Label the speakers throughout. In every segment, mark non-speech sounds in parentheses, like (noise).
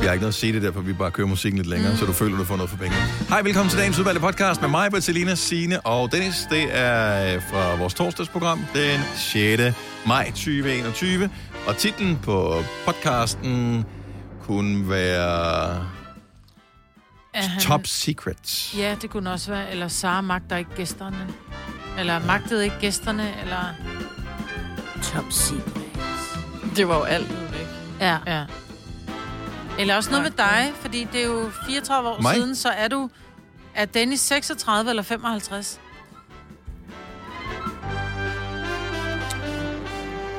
Speaker 1: vi har ikke noget at sige det, derfor vi bare kører musikken lidt længere, mm. så du føler, du får noget for penge. Hej, velkommen til dagens udvalgte podcast med mig, Bertilina, Sine og Dennis. Det er øh, fra vores torsdagsprogram den 6. maj 2021. Og titlen på podcasten
Speaker 2: (laughs)
Speaker 1: kunne være
Speaker 3: Er han-
Speaker 1: Top Secrets.
Speaker 3: Ja, det kunne også være. Eller Sara magter ikke gæsterne. Eller magtede ikke gæsterne, eller...
Speaker 2: Top secret.
Speaker 4: Det var jo alt, jo, ikke?
Speaker 3: Ja. ja. Eller også noget med dig, fordi det er jo 34 år
Speaker 1: Mig?
Speaker 3: siden, så er du... Er Dennis 36 eller 55?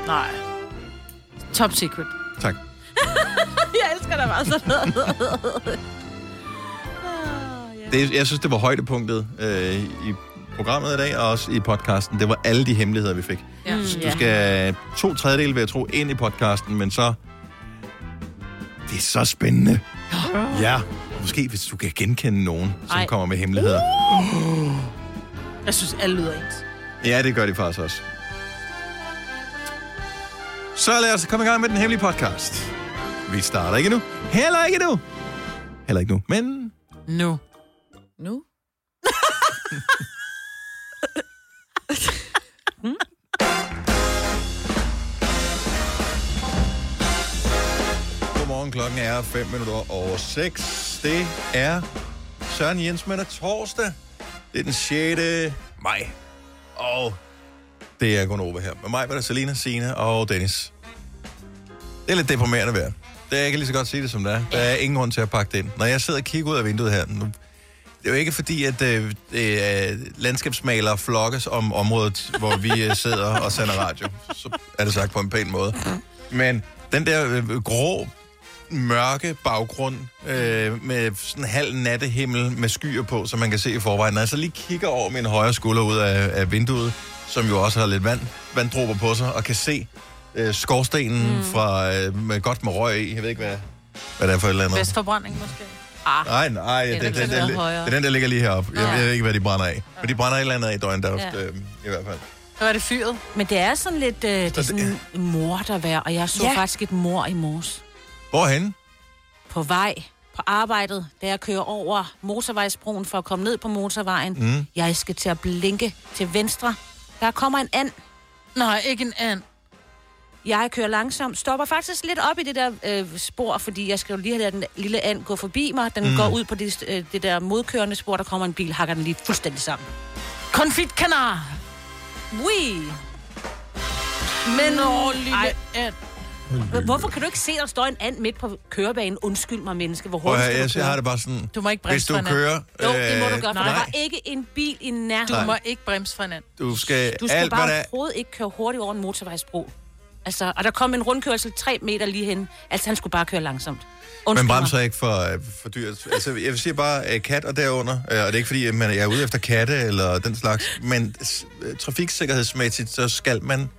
Speaker 3: Nej. Top secret.
Speaker 1: Tak.
Speaker 2: (laughs) Jeg elsker dig bare sådan noget.
Speaker 1: (laughs) Det, jeg synes, det var højdepunktet øh, i programmet i dag, og også i podcasten. Det var alle de hemmeligheder, vi fik.
Speaker 3: Mm, Ja.
Speaker 1: Så du skal to tredjedele, vil jeg tro, ind i podcasten, men så... Det er så spændende. Ja, og måske hvis du kan genkende nogen, som
Speaker 3: Ej. Uh.
Speaker 1: kommer med hemmeligheder.
Speaker 3: Jeg synes, alle lyder ens.
Speaker 1: Ja, det gør de faktisk også. Så lad os komme i gang med den hemmelige podcast. Vi starter ikke nu. Heller ikke nu. Heller ikke nu, men...
Speaker 3: Nu.
Speaker 4: Nu?
Speaker 1: Godmorgen, klokken er 5 minutter over 6. Det er Søren Jens med torsdag. Det er den 6. maj. Og det er Gunnova her. Med mig var der Selina, Sine og Dennis. Det er lidt deprimerende vejr. Det er ikke lige så godt sige det, som det er. Der er ingen grund til at pakke det ind. Når jeg sidder og kigger ud af vinduet her, nu, det er jo ikke fordi, at øh, øh, landskabsmalere flokkes om området, hvor vi øh, sidder og sender radio. Så er det sagt på en pæn måde. Men den der øh, grå, mørke baggrund øh, med sådan en halv nattehimmel med skyer på, som man kan se i forvejen. Når jeg så lige kigger over min højre skulder ud af, af vinduet, som jo også har lidt vand, vanddråber på sig, og kan se øh, skorstenen mm. fra, øh, med godt med røg i. Jeg ved ikke, hvad, hvad det er for et eller andet.
Speaker 3: Vestforbrænding måske.
Speaker 1: Nej, nej, det,
Speaker 3: den
Speaker 1: det,
Speaker 3: kan
Speaker 1: det,
Speaker 3: være
Speaker 1: det, det
Speaker 3: højere.
Speaker 1: er den, der ligger lige heroppe. Jeg,
Speaker 3: Nå.
Speaker 1: jeg ved ikke, hvad de brænder af. Men de brænder et eller andet af i døgndrift,
Speaker 3: Ja.
Speaker 1: ja. øh, i hvert fald.
Speaker 3: Så er det fyret.
Speaker 2: Men det er sådan lidt øh, det er
Speaker 1: Så det-
Speaker 2: sådan mordervejr, og jeg så
Speaker 4: Ja.
Speaker 2: ja. faktisk et mor i morges.
Speaker 1: Hvorhen?
Speaker 2: På vej på arbejdet, da jeg kører over motorvejsbroen for at komme ned på motorvejen. Mm. Jeg skal til at blinke til venstre. Der kommer en and.
Speaker 3: Nej, ikke en and.
Speaker 2: Jeg kører langsomt, stopper faktisk lidt op i det der øh, spor, fordi jeg skal jo lige have ladet den lille and gå forbi mig. Den mm. går ud på det, øh, det der modkørende spor, der kommer en bil, hakker den lige fuldstændig sammen.
Speaker 3: Konfit kanar.
Speaker 2: Ui!
Speaker 3: Men åh, lille
Speaker 2: Ej.
Speaker 3: and.
Speaker 2: Hvorfor kan du ikke se, der står en and midt på kørebanen? Undskyld mig, menneske. Hvor
Speaker 1: Prøv
Speaker 2: hurtigt
Speaker 1: at høre,
Speaker 2: skal du køre?
Speaker 1: jeg, jeg har det bare sådan...
Speaker 3: Du må ikke
Speaker 1: Hvis
Speaker 3: bremse
Speaker 1: du
Speaker 3: for en and.
Speaker 1: kører... øh,
Speaker 2: Jo, det må du gøre, for der var
Speaker 1: nej,
Speaker 2: ikke en bil i
Speaker 3: Du
Speaker 2: nærheden.
Speaker 3: må ikke bremse for en and.
Speaker 1: du skal...
Speaker 2: Du skulle
Speaker 1: alt, hvad
Speaker 2: bare
Speaker 1: der,
Speaker 2: overhovedet ikke køre hurtigt over en motorvejsbro. Altså, og der kom en rundkørsel tre meter lige hen. Altså, han skulle bare køre langsomt.
Speaker 1: man
Speaker 2: Undskyld
Speaker 1: bremser ikke for, øh, for dyrt. Altså, jeg vil sige bare øh, kat og derunder, øh, og det er ikke fordi, at man er ude efter katte eller den slags, men s- øh, trafiksikkerhedsmæssigt, så skal man...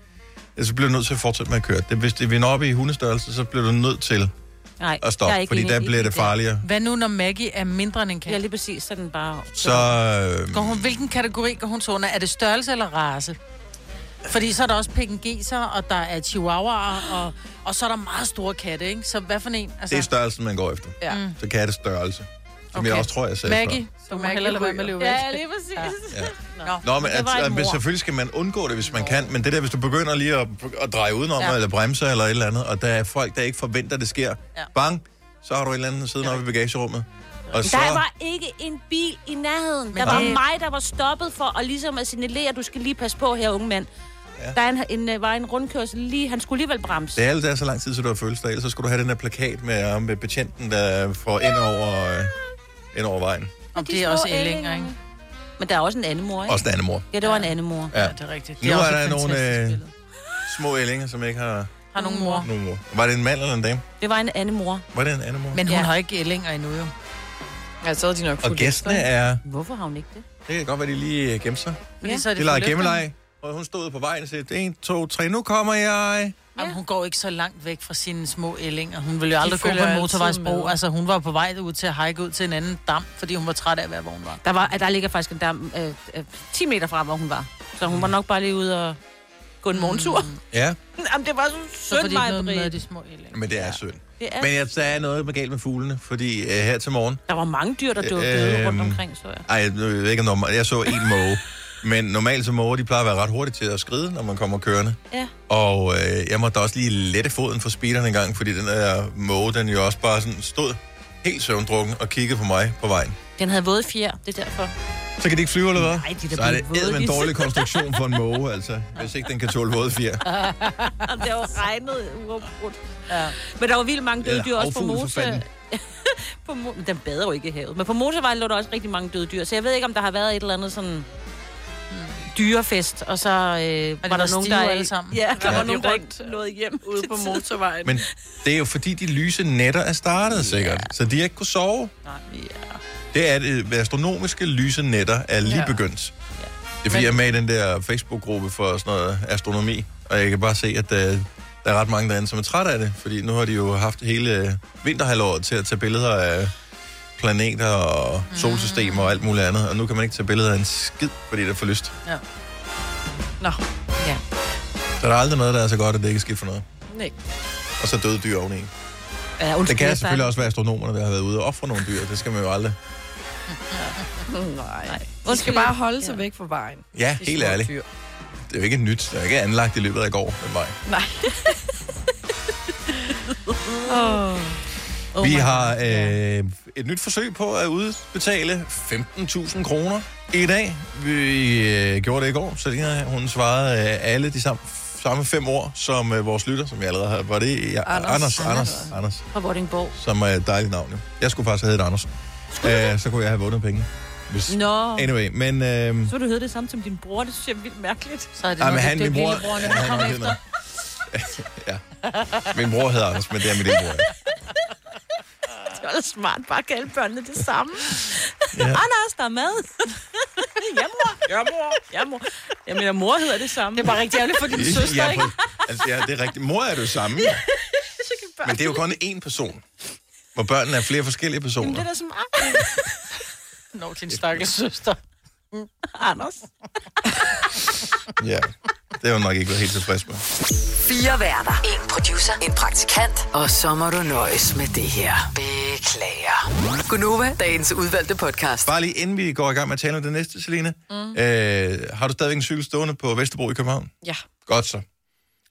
Speaker 1: altså, Så bliver du nødt til at fortsætte med at køre. Det, hvis det vinder op i hundestørrelse, så bliver du nødt til
Speaker 2: Nej,
Speaker 1: at
Speaker 2: jeg er
Speaker 1: stoppe,
Speaker 2: ikke
Speaker 1: fordi
Speaker 2: enig
Speaker 1: der
Speaker 2: i
Speaker 1: bliver det
Speaker 2: der.
Speaker 1: farligere.
Speaker 3: Hvad nu, når Maggie er mindre end en
Speaker 2: Ja,
Speaker 3: kat?
Speaker 2: lige præcis, så er den bare...
Speaker 1: Så... Øh,
Speaker 3: Går hun, hvilken kategori går hun så under? Er det størrelse eller race? Fordi så er der også pekingeser, og der er chihuahuaer, og, og så er der meget store katte, ikke? Så hvad for en? Altså,
Speaker 1: Det er størrelsen, man går efter.
Speaker 4: Ja.
Speaker 1: Mm. Så katte størrelse. Som okay. jeg
Speaker 3: okay.
Speaker 1: også tror, jeg sagde
Speaker 3: Maggie, du må
Speaker 4: Maggie
Speaker 3: hellere lade være med at
Speaker 4: ryger.
Speaker 3: løbe væk.
Speaker 2: Ja, lige præcis. Ja.
Speaker 3: Nå,
Speaker 1: før. Nå, men
Speaker 3: det var
Speaker 1: at,
Speaker 3: en
Speaker 1: at, hvis,
Speaker 3: mor.
Speaker 1: selvfølgelig skal man undgå det, hvis man kan. Men det der, hvis du begynder lige at, at dreje udenom, ja. eller bremse, eller et eller andet, og der er folk, der ikke forventer, det sker. Ja. Bang, så har du et eller andet siden ja. oppe i bagagerummet. Og så,
Speaker 2: Der var ikke en bil i nærheden. Men der var
Speaker 3: det-
Speaker 2: mig, der var stoppet for at, ligesom at signalere, at du skal lige passe på her, unge mand. Ja. Der er en, en, øh, var en rundkørsel lige. Han skulle alligevel bremse.
Speaker 1: det er alt, der er så lang tid, så du har følelse af. Ellers så skulle du have den der plakat med, øh, med betjenten, der får ind over, øh, ind over vejen.
Speaker 3: Om
Speaker 2: de
Speaker 3: det er
Speaker 2: små
Speaker 3: også
Speaker 2: ællinger.
Speaker 3: ællinger, ikke?
Speaker 2: Men der er også en anden mor, ikke?
Speaker 1: Også den anden mor.
Speaker 2: Ja, det var en anden mor.
Speaker 1: Ja.
Speaker 3: Ja, det er rigtigt. Det
Speaker 1: Nu
Speaker 3: også
Speaker 1: er
Speaker 3: et
Speaker 1: der nogle,
Speaker 3: fantastisk
Speaker 1: øh,
Speaker 3: billede.
Speaker 1: Små ællinger, som ikke har
Speaker 3: Har nogen mor.
Speaker 1: nogen mor. Var det en mand eller en dame?
Speaker 2: Det var en anden mor.
Speaker 1: Var det en anden mor?
Speaker 3: Men hun
Speaker 2: Ja.
Speaker 3: har ikke ællinger endnu, jo.
Speaker 4: Ja, så havde de nok
Speaker 1: og
Speaker 4: fulgt
Speaker 1: gæstene
Speaker 4: efter,
Speaker 1: er...
Speaker 2: Hvorfor har hun ikke det?
Speaker 1: Det kan godt være, de lige øh, gemte sig.
Speaker 3: Fordi
Speaker 2: Ja.
Speaker 3: så er
Speaker 1: De legede
Speaker 3: forlygtning.
Speaker 1: gemmeleg, og hun stod ude på vejen og sagde, 1, 2, 3, nu kommer jeg.
Speaker 3: Jamen, hun går ikke så langt væk fra sine små ællinger. Hun ville jo aldrig gå
Speaker 4: følger
Speaker 3: på en
Speaker 4: altid
Speaker 3: motorvejsbro.
Speaker 4: med.
Speaker 3: Altså, hun var på vej ud til at hike ud til en anden dam, fordi hun var træt af, hvad hun var.
Speaker 2: Der, var, der ligger faktisk en dam øh, øh, 10 meter fra, hvor hun var. Så hun var nok bare lige ude og gå en morgentur.
Speaker 1: Ja,
Speaker 2: Jamen, det var så
Speaker 3: Så får
Speaker 2: synd,
Speaker 3: de ikke noget
Speaker 2: mig,
Speaker 3: med
Speaker 2: Britt.
Speaker 3: de små ældre.
Speaker 1: men det er synd.
Speaker 2: Det er-
Speaker 1: Men jeg, der er noget med galt med fuglene, fordi øh, her til morgen,
Speaker 2: Der var mange dyr, der dukkede
Speaker 1: Øhm.
Speaker 2: rundt omkring, så jeg.
Speaker 1: Ej, jeg ved ikke, om der- jeg så en måge. Men normalt så måger, de plejer at være ret hurtige til at skride, når man kommer kørende.
Speaker 2: Ja.
Speaker 1: Og øh, jeg måtte også lige lette foden for speederen en gang, fordi den der måge, den jo også bare sådan stod helt søvndrukken og kiggede på mig på vejen.
Speaker 2: Den havde våde fjer, det er derfor.
Speaker 1: Så kan de ikke flyve, eller hvad?
Speaker 2: Ej, de er da
Speaker 1: så er det
Speaker 2: blevet våde,
Speaker 1: eddermame en
Speaker 2: de-
Speaker 1: dårlig
Speaker 2: (laughs)
Speaker 1: konstruktion for en måge, altså. Hvis ikke den kan tåle våde fjer.
Speaker 2: Jamen, (laughs) det har jo regnet uafbrudt. Ja. Men der var vildt mange døde
Speaker 1: Ja,
Speaker 2: dyr, også på
Speaker 1: havfugle for
Speaker 2: Mose.
Speaker 1: fanden.
Speaker 2: (laughs) på Mo- Men den bader jo ikke i havet. Men på motorvejen lå der også rigtig mange døde dyr. Så jeg ved ikke, om der har været et eller andet sådan hmm, dyrefest, og så øh, var,
Speaker 3: var
Speaker 2: der nogen,
Speaker 3: stive
Speaker 2: der...
Speaker 3: alle sammen?
Speaker 2: Ja, der
Speaker 1: Ja.
Speaker 2: var nogen,
Speaker 4: De
Speaker 2: der
Speaker 4: rundt,
Speaker 2: ikke nåede hjem.
Speaker 4: ude på motorvejen.
Speaker 1: Men det er jo fordi, de lyse nætter er startet, sikkert. Så de har ikke kunne sove. Det er det astronomiske lyse nætter er lige
Speaker 4: Ja.
Speaker 1: begyndt. Det er fordi,
Speaker 4: Men-
Speaker 1: jeg er med i den der Facebook-gruppe for sådan noget astronomi, og jeg kan bare se, at øh, der er ret mange derinde, som er trætte af det, fordi nu har de jo haft hele øh, vinterhalvåret til at tage billeder af planeter og solsystemer og alt muligt andet, og nu kan man ikke tage billeder af en skid, fordi det er for lyst.
Speaker 4: Nå,
Speaker 1: Så der er aldrig noget, der er så godt, at det ikke er skidt for noget.
Speaker 4: nej.
Speaker 1: Og så døde dyr oveni.
Speaker 2: Ja, undskyld,
Speaker 1: Det kan
Speaker 2: jeg
Speaker 1: selvfølgelig
Speaker 2: startede-
Speaker 1: også være astronomerne, der har været ude og ofre nogle dyr. Det skal man jo aldrig.
Speaker 4: Nej. De skal
Speaker 2: Undskyld,
Speaker 4: bare
Speaker 2: jeg-
Speaker 4: holde sig væk fra vejen.
Speaker 1: Ja,
Speaker 4: De
Speaker 1: helt
Speaker 4: små
Speaker 1: ærligt.
Speaker 4: dyr.
Speaker 1: Det er jo ikke nyt. Det er ikke anlagt i løbet af i går med mig.
Speaker 4: Nej. oh.
Speaker 1: Oh vi har øh, et nyt forsøg på at udbetale 15.000 kroner i dag. Vi øh, gjorde det i går, så Lina, hun svarede øh, alle de samme, samme fem ord, som øh, vores lytter, som jeg allerede har. Var det ja, Anders,
Speaker 4: Anders.
Speaker 1: Anders, Anders,
Speaker 4: Anders.
Speaker 1: Anders,
Speaker 2: Fra Vordingborg.
Speaker 1: som er et dejligt navn. Jo. Jeg skulle faktisk have heddet Anders. Æh, så kunne jeg have vundet penge. Hvis...
Speaker 2: Nå,
Speaker 1: Anyway, men...
Speaker 2: så
Speaker 1: Øh,
Speaker 2: vil du hedde det samme som din bror. Det synes jeg er vildt mærkeligt.
Speaker 3: Så er det
Speaker 1: Ej, men
Speaker 3: noget,
Speaker 1: han,
Speaker 3: det er
Speaker 1: min bror... (laughs)
Speaker 3: lillebror,
Speaker 1: ja,
Speaker 3: når han
Speaker 1: han
Speaker 3: kommer
Speaker 1: hedder
Speaker 3: efter.
Speaker 1: noget. (laughs) ja. Min bror hedder Anders, men det er mit lillebror. ikke?
Speaker 2: Det var da smart bare at kalde børnene det samme.
Speaker 1: Ja.
Speaker 2: Ja. Anders, der er mad. (laughs) ja, mor. Ja, mor. Ja, mor. Jeg mener, mor hedder det samme.
Speaker 3: Det er bare rigtig ærgerligt for din
Speaker 1: (laughs)
Speaker 3: søster,
Speaker 1: ja,
Speaker 3: ikke?
Speaker 1: på- altså, ja, det er rigtigt. Mor er det jo samme. Ja. Men det er jo kun én person. Hvor børnene er flere forskellige personer.
Speaker 2: Jamen, det er da smart.
Speaker 3: Nå, din stakkels søster.
Speaker 2: (laughs) Anders.
Speaker 1: Ja. Det har hun nok ikke været helt tilfreds med.
Speaker 5: Fire værter. En producer. En praktikant. Og så må du nøjes med det her. Beklager. Gunova, dagens udvalgte podcast.
Speaker 1: Bare lige inden vi går i gang med at tale om det næste, Selina. Mm. Øh, har du stadigvæk en cykel stående på Vesterbro i København?
Speaker 4: Ja,
Speaker 1: Godt så.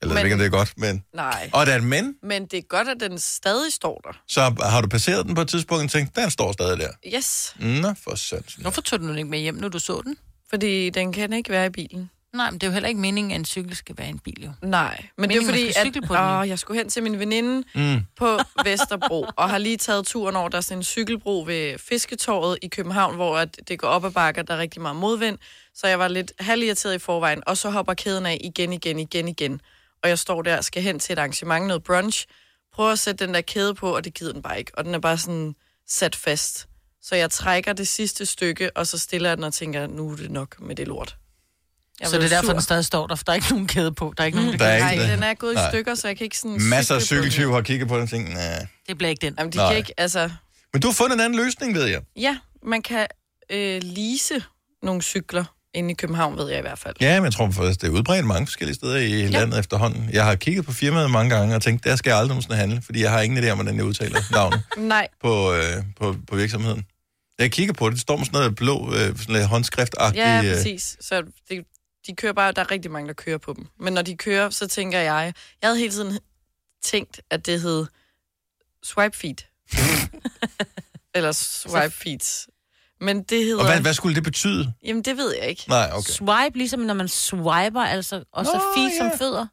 Speaker 1: Jeg ved
Speaker 4: Men-
Speaker 1: ikke, om det er godt, men...
Speaker 4: nej.
Speaker 1: Og der er et men,
Speaker 4: Men det er godt, at den stadig står der.
Speaker 1: så har du passeret den på et tidspunkt og tænkt, den står stadig der.
Speaker 4: Yes,
Speaker 1: Nå, for sandt.
Speaker 3: Hvorfor tog du den ikke med hjem, når du så den?
Speaker 4: fordi den kan ikke være i bilen.
Speaker 3: Nej, men det er jo heller ikke meningen, at en cykel skal være en bil, jo.
Speaker 4: Nej, men det er
Speaker 3: Meningen, man
Speaker 4: fordi,
Speaker 3: skal cykle
Speaker 4: at
Speaker 3: på den, jo.
Speaker 4: åh, jeg skulle hen til min veninde mm. på Vesterbro, og har lige taget turen over, der er sådan en cykelbro ved Fisketorvet i København, hvor at det går op ad bakker, der er rigtig meget modvind, så jeg var lidt halvirriteret i forvejen, og så hopper kæden af igen, igen, igen, igen. Og jeg står der og skal hen til et arrangement, noget brunch, prøver at sætte den der kæde på, og det gider den bare ikke, og den er bare sådan sat fast. Så jeg trækker det sidste stykke, og så stiller jeg den og tænker, nu er det nok med det lort. Jeg
Speaker 3: så det
Speaker 4: blev
Speaker 3: er derfor,
Speaker 4: sur.
Speaker 3: den stadig står der, for der er ikke nogen kæde på. Mm. Der er ikke nogen,
Speaker 1: Der er
Speaker 4: Nej,
Speaker 1: ikke
Speaker 4: den
Speaker 1: det.
Speaker 4: er gået i
Speaker 1: Nej.
Speaker 4: stykker, så jeg kan ikke sådan...
Speaker 1: Masser af
Speaker 4: cykle på den.
Speaker 1: cykeltyve har kigget på den og tænkt, nej.
Speaker 3: det bliver ikke den.
Speaker 4: Jamen, de
Speaker 1: Nej.
Speaker 4: Nej. kan ikke, altså...
Speaker 1: Men du har fundet en anden løsning, ved jeg.
Speaker 4: Ja, man kan øh, lease nogle cykler inde i København, ved jeg i hvert fald.
Speaker 1: Ja, men jeg tror faktisk, det er udbredt mange forskellige steder i ja. landet efterhånden. Jeg har kigget på firmaet mange gange og tænkt, der skal jeg aldrig nogensinde handle, fordi jeg har ingen idé om, hvordan jeg udtaler navnet
Speaker 4: Nej,
Speaker 1: på, øh, på, på virksomheden. Jeg kigger på det, det står med sådan noget blå øh, sådan noget håndskriftagtigt.
Speaker 4: ja,
Speaker 1: øh,
Speaker 4: præcis. Så det, de kører bare, der er rigtig mange, der kører på dem. Men når de kører, så tænker jeg, jeg havde hele tiden tænkt, at det hed Swipe
Speaker 1: (laughs)
Speaker 4: Feet. Eller Swipe Feet. Men det hedder...
Speaker 1: og hvad, hvad skulle det betyde?
Speaker 4: Jamen, det ved jeg ikke.
Speaker 1: Nej,
Speaker 2: Okay.
Speaker 1: okay.
Speaker 2: Swipe, ligesom når man swiper, altså, og så
Speaker 1: Nå,
Speaker 2: fi som
Speaker 1: ja.
Speaker 2: fødder.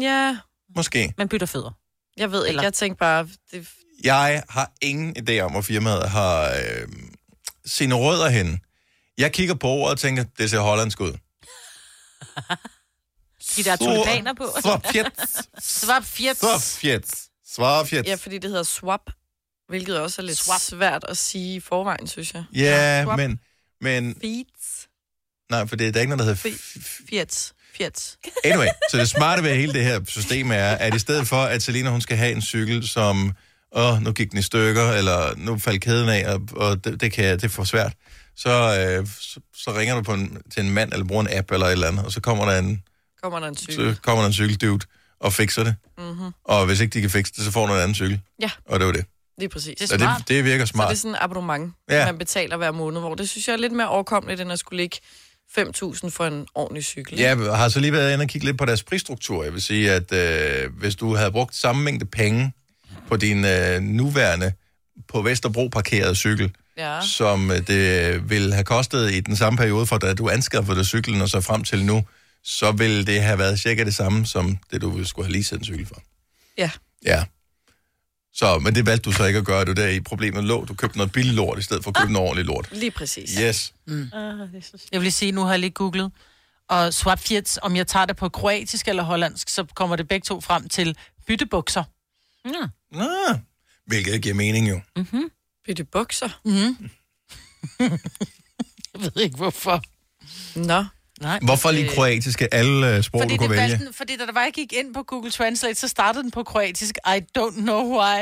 Speaker 4: Ja,
Speaker 1: Måske.
Speaker 2: Man bytter fødder.
Speaker 4: jeg ved ikke.
Speaker 2: Eller-
Speaker 4: Jeg tænkte bare... Det,
Speaker 1: Jeg har ingen idé om, hvor firmaet har øh, sine rødder henne. Jeg kigger på ordet og tænker, det ser hollandsk ud.
Speaker 2: De der tulipaner på.
Speaker 1: Svapjets.
Speaker 3: Svap fjert.
Speaker 1: Svapjets. Svapjets.
Speaker 4: ja, fordi det hedder Swap, hvilket også er lidt
Speaker 3: Swap.
Speaker 4: swap. svært at sige i forvejen, synes jeg.
Speaker 1: Ja,
Speaker 4: Swap.
Speaker 1: men, men
Speaker 4: Feet.
Speaker 1: Nej, for det er der er ikke noget, der hedder... f- f-
Speaker 4: Fiat. Fiat.
Speaker 1: Anyway, så det smarte ved hele det her system er, at i stedet for, at Selina hun skal have en cykel, som, åh, nu gik den i stykker, eller nu faldt kæden af, og, og det, det, kan, jeg- det er for svært, så, øh, så, så ringer du på en, til en mand, eller bruger en app, eller et eller andet, og så kommer der en
Speaker 4: kommer der en cykel.
Speaker 1: så kommer der en cykeldude og fikser det.
Speaker 4: Mm-hmm.
Speaker 1: Og hvis ikke de kan fikse det, så får du en anden cykel.
Speaker 4: Ja,
Speaker 1: Og det var det.
Speaker 4: lige præcis.
Speaker 1: Så det, det virker
Speaker 4: Så det
Speaker 1: smart.
Speaker 4: er sådan en abonnement,
Speaker 1: Ja.
Speaker 4: ja. man betaler hver måned, hvor det synes jeg er lidt mere overkommeligt, end at skulle lægge 5.000 for en ordentlig cykel.
Speaker 1: Ja, jeg har så lige været inde og kigge lidt på deres prisstruktur. Jeg vil sige, at øh, hvis du havde brugt samme mængde penge på din øh, nuværende på Vesterbro parkerede cykel,
Speaker 4: Ja.
Speaker 1: som øh, det ville have kostet i den samme periode, fra da du anskaffede dig cyklen og så frem til nu, så ville det have været cirka det samme, som det du ville skulle have leaset en cykel for.
Speaker 4: Ja.
Speaker 1: Ja. Så, men det valgte du så ikke at gøre, det var der i problemet lå. Du købte noget billig lort, i stedet for at købe noget ordentligt lort.
Speaker 4: Lige præcis.
Speaker 1: Yes.
Speaker 3: Jeg vil lige sige, nu har jeg lige googlet, og swap fjets, om jeg tager det på kroatisk eller hollandsk, så kommer det begge to frem til byttebukser.
Speaker 2: Ja.
Speaker 1: Nå, hvilket giver mening jo.
Speaker 4: Bytte bukser.
Speaker 3: Mm. jeg ved ikke, hvorfor.
Speaker 4: Nå.
Speaker 3: Nej.
Speaker 1: Hvorfor lige
Speaker 4: Øh,
Speaker 1: kroatiske alle øh, sprog,
Speaker 3: Fordi,
Speaker 1: du kunne
Speaker 3: det
Speaker 1: vælge?
Speaker 3: valgte, den- fordi da der var, jeg gik ind på Google Translate, så startede den på kroatisk. I don't know why.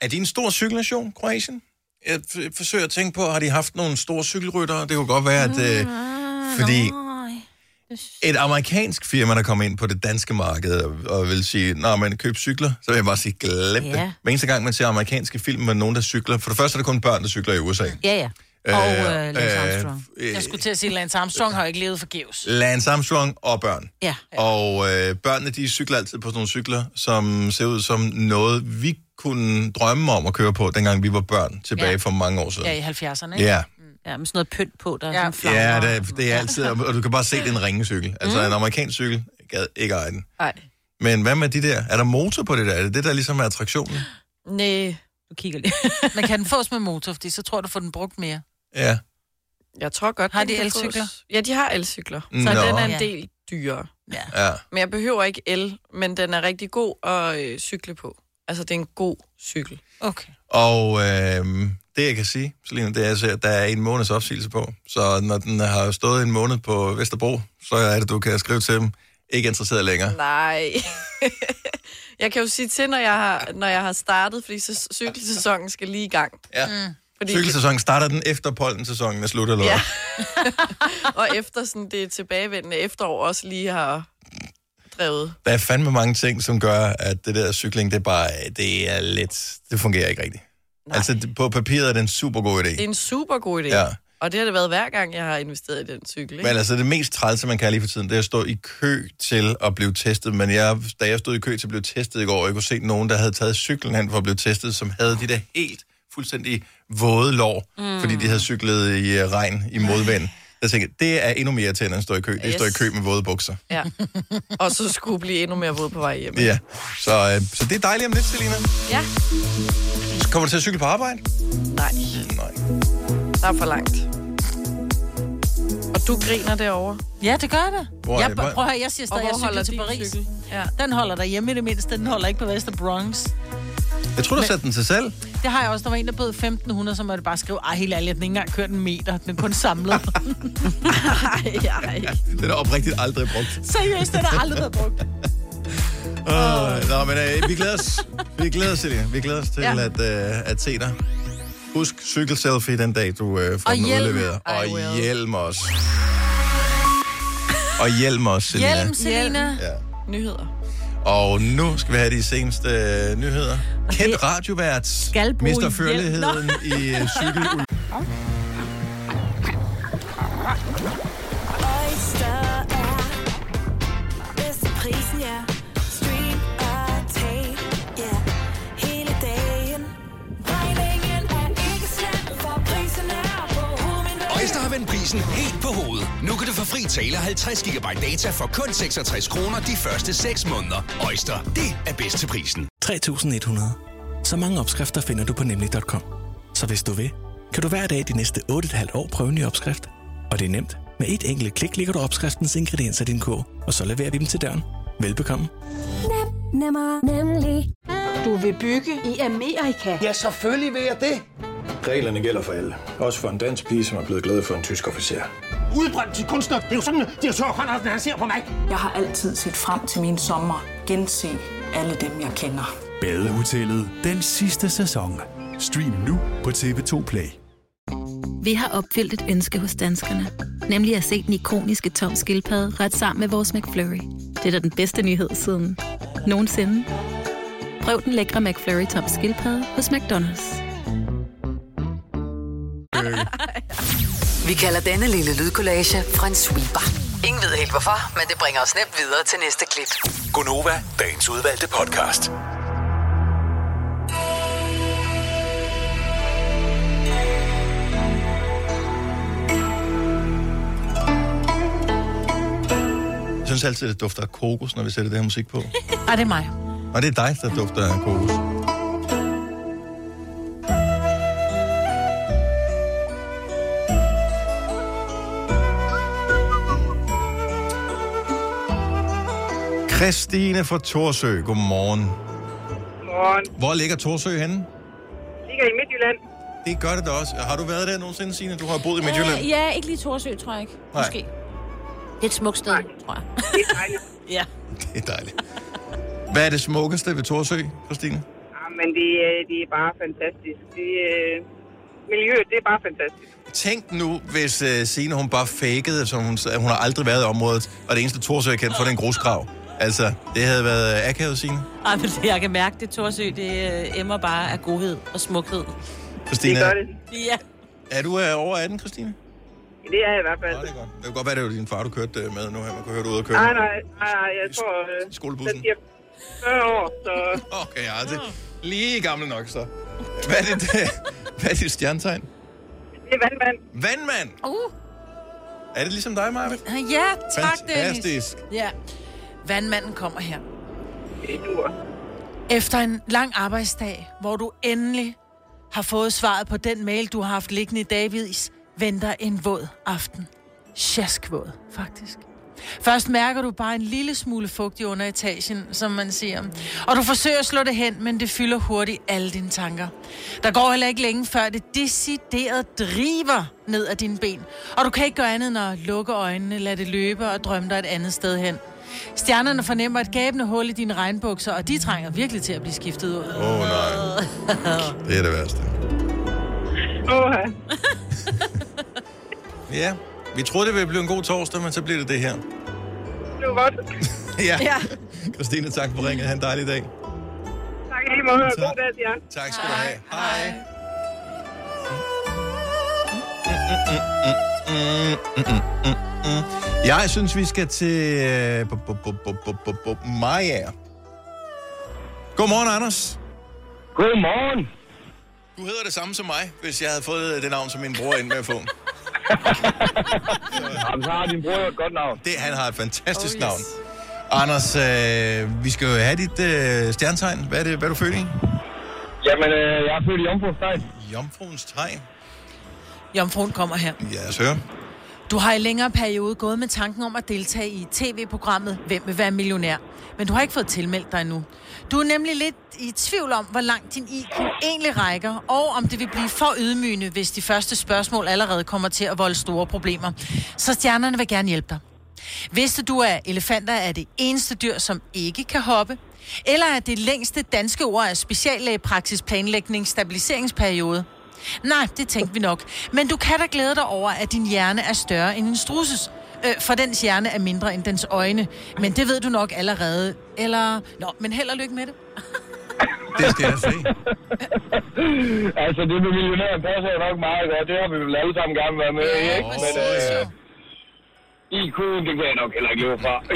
Speaker 1: Er de en stor cykelnation, Kroatien? Jeg f- forsøger at tænke på, har de haft nogle store cykelryttere? Det kunne godt være, at øh, fordi et amerikansk firma, der kom ind på det danske marked og, og vil sige, nej, men køb cykler, så vil jeg bare sige, glem det.
Speaker 2: Ja.
Speaker 1: Hver eneste gang, man ser amerikanske film med nogen, der cykler, for det første er det kun børn, der cykler i USA.
Speaker 2: Ja, ja. Og øh, Lance Armstrong.
Speaker 1: øh,
Speaker 3: Jeg skulle til at sige, Lance Armstrong har jo ikke levet forgæves.
Speaker 1: Lance Armstrong og børn.
Speaker 2: Ja.
Speaker 1: Og øh, børnene, de cykler altid på sådan nogle cykler, som ser ud som noget, vi kunne drømme om at køre på, dengang vi var børn, tilbage
Speaker 3: Ja.
Speaker 1: for mange år siden.
Speaker 3: Ja, i 70'erne, ikke?
Speaker 1: Ja,
Speaker 2: ja, med sådan noget pynt på, der er
Speaker 3: Ja.
Speaker 2: sådan flammer.
Speaker 1: ja det, det er altid, og og du kan bare se, det er en ringecykel. Altså
Speaker 3: Mm.
Speaker 1: en amerikansk cykel, jeg gad ikke eje den.
Speaker 4: Nej.
Speaker 1: Men hvad med de der? Er der motor på det der? Er det det, der ligesom er attraktionen?
Speaker 4: Nej,
Speaker 2: Du kigger lige.
Speaker 3: Men kan den fås med motor, fordi så tror jeg, du får den brugt mere.
Speaker 1: Ja.
Speaker 4: jeg tror godt...
Speaker 3: Har
Speaker 4: den
Speaker 3: de
Speaker 4: kan fås.
Speaker 3: elcykler?
Speaker 4: Ja, de har elcykler.
Speaker 1: Nå.
Speaker 4: Så den er
Speaker 3: Ja.
Speaker 4: en del dyrere.
Speaker 3: Ja.
Speaker 1: Ja.
Speaker 4: Men jeg behøver ikke el, men den er rigtig god at øh, cykle på. Altså, det er en god cykel.
Speaker 3: Okay.
Speaker 1: Og øh, det, jeg kan sige, Selina, det er, altså, at der er en måneds opsigelse på. Så når den har stået en måned på Vesterbro, så er det, du kan skrive til dem. Ikke interesseret længere.
Speaker 4: Nej. (laughs) jeg kan jo sige til, når jeg har, når jeg har startet, fordi så cykelsæsonen skal lige i gang.
Speaker 1: Ja.
Speaker 3: Mm.
Speaker 4: Fordi,
Speaker 1: Cykelsæsonen starter den efter pollensæsonen er slut, eller hvad?
Speaker 4: Ja. og efter sådan det tilbagevendende efterår også lige har drevet.
Speaker 1: Der er fandme mange ting, som gør, at det der cykling, det er bare, det er lidt, det fungerer ikke rigtigt. Nej. Altså, det- på papiret er det en super god idé.
Speaker 4: Det er en super god idé.
Speaker 1: Ja.
Speaker 4: Og det har det været hver gang, jeg har investeret i den cykel. Ikke?
Speaker 1: Men altså, det mest trælse, man kan lige for tiden, det er at stå i kø til at blive testet. Men jeg, da jeg stod i kø til at blive testet i går, jeg kunne se nogen, der havde taget cyklen hen for at blive testet, som havde de der helt fuldstændig våde lår, mm. fordi de havde cyklet i øh, regn, i modvind. Jeg tænkte, det er endnu mere til, end at stå i kø. Det er at stå i
Speaker 4: Yes.
Speaker 1: kø med våde bukser.
Speaker 4: Ja. Og så skulle blive endnu mere våd på vej hjem.
Speaker 1: Ja, så, øh, så det er dejligt om lidt, Selina.
Speaker 4: Ja.
Speaker 1: Kommer du til at cykle på arbejde? Mm,
Speaker 4: Nej,
Speaker 1: Nej.
Speaker 4: der er for langt. Og du griner derovre.
Speaker 3: Ja, det gør det.
Speaker 1: Hvor er
Speaker 3: jeg,
Speaker 1: det?
Speaker 3: prøv at høre, jeg siger
Speaker 4: Og
Speaker 3: stadig, jeg cykler til Paris. Cykel?
Speaker 4: Ja.
Speaker 3: Den holder der hjemme i det mindste. Den holder ikke på Vester Bronx.
Speaker 1: Jeg tror, du satte den til selv.
Speaker 3: Det har jeg også. Der var en, der bød 1.500, så måtte jeg bare skrive, ej, helt ærligt, jeg har ikke engang kørt en meter. Den er kun
Speaker 2: (laughs)
Speaker 3: samlet.
Speaker 4: Ej, ej.
Speaker 1: Den er oprigtigt aldrig brugt.
Speaker 3: Seriøst, den har aldrig været brugt.
Speaker 1: Oh. Nå, men øh, vi glæder os. Vi glæder os til det. Vi glæder os til ja.
Speaker 4: Ja.
Speaker 1: at, øh, at se dig. Husk cykelselfie den dag, du øh, får
Speaker 3: Og
Speaker 1: den
Speaker 3: hjelm.
Speaker 1: udleveret.
Speaker 4: I
Speaker 1: Og
Speaker 4: will.
Speaker 1: hjelm os. Og hjelm os, Selina.
Speaker 3: Hjelm, Selina.
Speaker 1: Ja.
Speaker 4: Nyheder.
Speaker 1: Og nu skal vi have de seneste øh, nyheder. Kendt radiovært
Speaker 2: Skal bruge
Speaker 1: mister
Speaker 2: hjelm.
Speaker 1: førligheden i øh, cykel.
Speaker 6: Oyster er bedst til prisen, ja. Stream og tag, ja. Hele dagen. Regningen er ikke slem, for prisen er på
Speaker 7: Øjster har vendt prisen helt på hovedet. Nu kan du få fri tale 50 GB data for kun 66 kroner de første 6 måneder. Øjster, det er bedst til prisen.
Speaker 8: 3100. Så mange opskrifter finder du på nemlig.com. Så hvis du vil, kan du hver dag de næste 8,5 år prøve en ny opskrift. Og det er nemt. Med et enkelt klik ligger du opskriftens ingredienser i din kog, og så leverer vi dem til døren. Velbekomme.
Speaker 6: Nemmer, nemlig.
Speaker 9: Du vil bygge i Amerika?
Speaker 10: Ja, selvfølgelig vil jeg det.
Speaker 11: Reglerne gælder for alle. Også for en dansk pige, som er blevet glad for en tysk officer.
Speaker 10: Udbrændt til kunstner. Det er jo sådan, at de har tørt, han ser på mig.
Speaker 9: Jeg har altid set frem til min sommer. Gense alle dem, jeg kender.
Speaker 8: Badehotellet. Den sidste sæson. Stream nu på TV2 Play.
Speaker 12: Vi har opfyldt et ønske hos danskerne. Nemlig at se den ikoniske tom skildpadde ret sammen med vores McFlurry. Det er da den bedste nyhed siden nogensinde. Prøv den lækre McFlurry Tom Skilpad hos McDonald's.
Speaker 5: Vi kalder denne lille lydkollage en sweeper. Ingen ved helt hvorfor, men det bringer os nemt videre til næste klip.
Speaker 7: Gunova, dagens udvalgte podcast.
Speaker 1: Jeg synes altid, det dufter af kokos, når vi sætter det her musik
Speaker 8: (laughs)
Speaker 1: på.
Speaker 3: Ej, det er mig.
Speaker 1: Og det er dig, der dufter af kokos. Christine fra Torsø, godmorgen.
Speaker 13: Godmorgen.
Speaker 1: Hvor ligger Torsø henne?
Speaker 13: Ligger i Midtjylland.
Speaker 1: Det gør det da også. Har du været der nogensinde, Signe? Du har boet i Midtjylland.
Speaker 2: Øh, ja, ikke lige Torsø, tror jeg ikke.
Speaker 1: Nej.
Speaker 2: Måske. Det er et smukt sted, tror jeg.
Speaker 13: Det er dejligt.
Speaker 2: (laughs) ja.
Speaker 1: (laughs) Det er dejligt. Hvad er det smukkeste ved Torsø, Christine?
Speaker 13: Men det, øh, det er bare fantastisk. Det, øh, miljøet, det er bare fantastisk.
Speaker 1: Tænk nu, hvis uh, Signe, hun bare fakede, som hun, sagde, hun har aldrig været i området, og det eneste Torsø, jeg kendte, for den gruskrav. Altså, det havde været uh, akavet, Signe.
Speaker 2: Ej, men det- jeg kan mærke, det Torsø, det øh, emmer bare af godhed og smukhed.
Speaker 1: Christina,
Speaker 2: Ja.
Speaker 1: er du uh, over 18, Christine?
Speaker 13: Det er jeg i hvert fald. Nej, det
Speaker 1: er Det kan godt være, det var din far, du kørte øh, med nu her. Man kunne høre, du ud og køre.
Speaker 13: nej, nej, nej, jeg tror... Øh,
Speaker 1: Skolebussen.
Speaker 13: Den siger 40 år, så...
Speaker 1: Okay, ja, det lige gammel nok så. Hvad er dit, øh, (laughs) hvad er dit stjernetegn?
Speaker 13: Det er vandmand.
Speaker 1: Vandmand!
Speaker 3: Uh.
Speaker 1: Er det ligesom dig, Maja?
Speaker 3: (laughs) Ja, tak,
Speaker 1: Fantastisk.
Speaker 3: Dennis. Ja. Vandmanden kommer her.
Speaker 13: Det er dur.
Speaker 3: Efter en lang arbejdsdag, hvor du endelig har fået svaret på den mail, du har haft liggende i dagvis, venter en våd aften. Sjaskvåd, faktisk. Først mærker du bare en lille smule fugt i underetagen, som man siger. Og du forsøger at slå det hen, men det fylder hurtigt alle dine tanker. Der går heller ikke længe, før det decideret driver ned ad dine ben. Og du kan ikke gøre andet end at lukke øjnene, lade det løbe og drømme dig et andet sted hen. Stjernerne fornemmer et gabende hul i dine regnbukser, og de trænger virkelig til at blive skiftet ud.
Speaker 1: Åh, oh, nej. Det er det værste.
Speaker 13: Åh,
Speaker 1: Ja, vi troede, det ville blive en god torsdag, men så bliver det det her. (laughs)
Speaker 13: det var godt.
Speaker 1: ja. ja. Christine, tak for ringet. Ha' en dejlig dag.
Speaker 13: Tak i lige måde, og
Speaker 1: Tak.
Speaker 13: god dag til jer.
Speaker 1: Tak skal du have. Hej. Jeg synes, vi skal til øh, bu- bu- bu- bu- bu- bu- bu- Maja. Godmorgen, Anders. Godmorgen. Du hedder det samme som mig, hvis jeg havde fået det navn, som min bror endte med at få. Jamen, så har din bror et godt navn. Det, han har et fantastisk oh, yes. navn. Anders, øh, vi skal jo have dit øh, stjernetegn. Hvad er det, hvad er du født i?
Speaker 14: Jamen, øh, jeg er født i Jomfruens Tegn.
Speaker 1: Jomfruens Tegn?
Speaker 3: Jomfruen kommer her.
Speaker 1: Ja, så høre.
Speaker 3: Du har i længere periode gået med tanken om at deltage i tv-programmet Hvem vil være millionær? Men du har ikke fået tilmeldt dig endnu. Du er nemlig lidt i tvivl om, hvor langt din IQ egentlig rækker, og om det vil blive for ydmygende, hvis de første spørgsmål allerede kommer til at volde store problemer. Så stjernerne vil gerne hjælpe dig. Vidste du, at elefanter er det eneste dyr, som ikke kan hoppe? Eller er det længste danske ord af speciallægepraksis planlægning stabiliseringsperiode? Nej, det tænkte vi nok. Men du kan da glæde dig over, at din hjerne er større end en strusses. Øh, for dens hjerne er mindre end dens øjne. Men det ved du nok allerede. Eller... Nå, men held og lykke med det.
Speaker 1: Det skal jeg se.
Speaker 14: altså, det med millionæren passer jo nok meget godt. Det har vi vel alle sammen gerne været med i, ikke? Men, øh, IQ'en, det kan jeg nok heller ikke løbe fra. (laughs)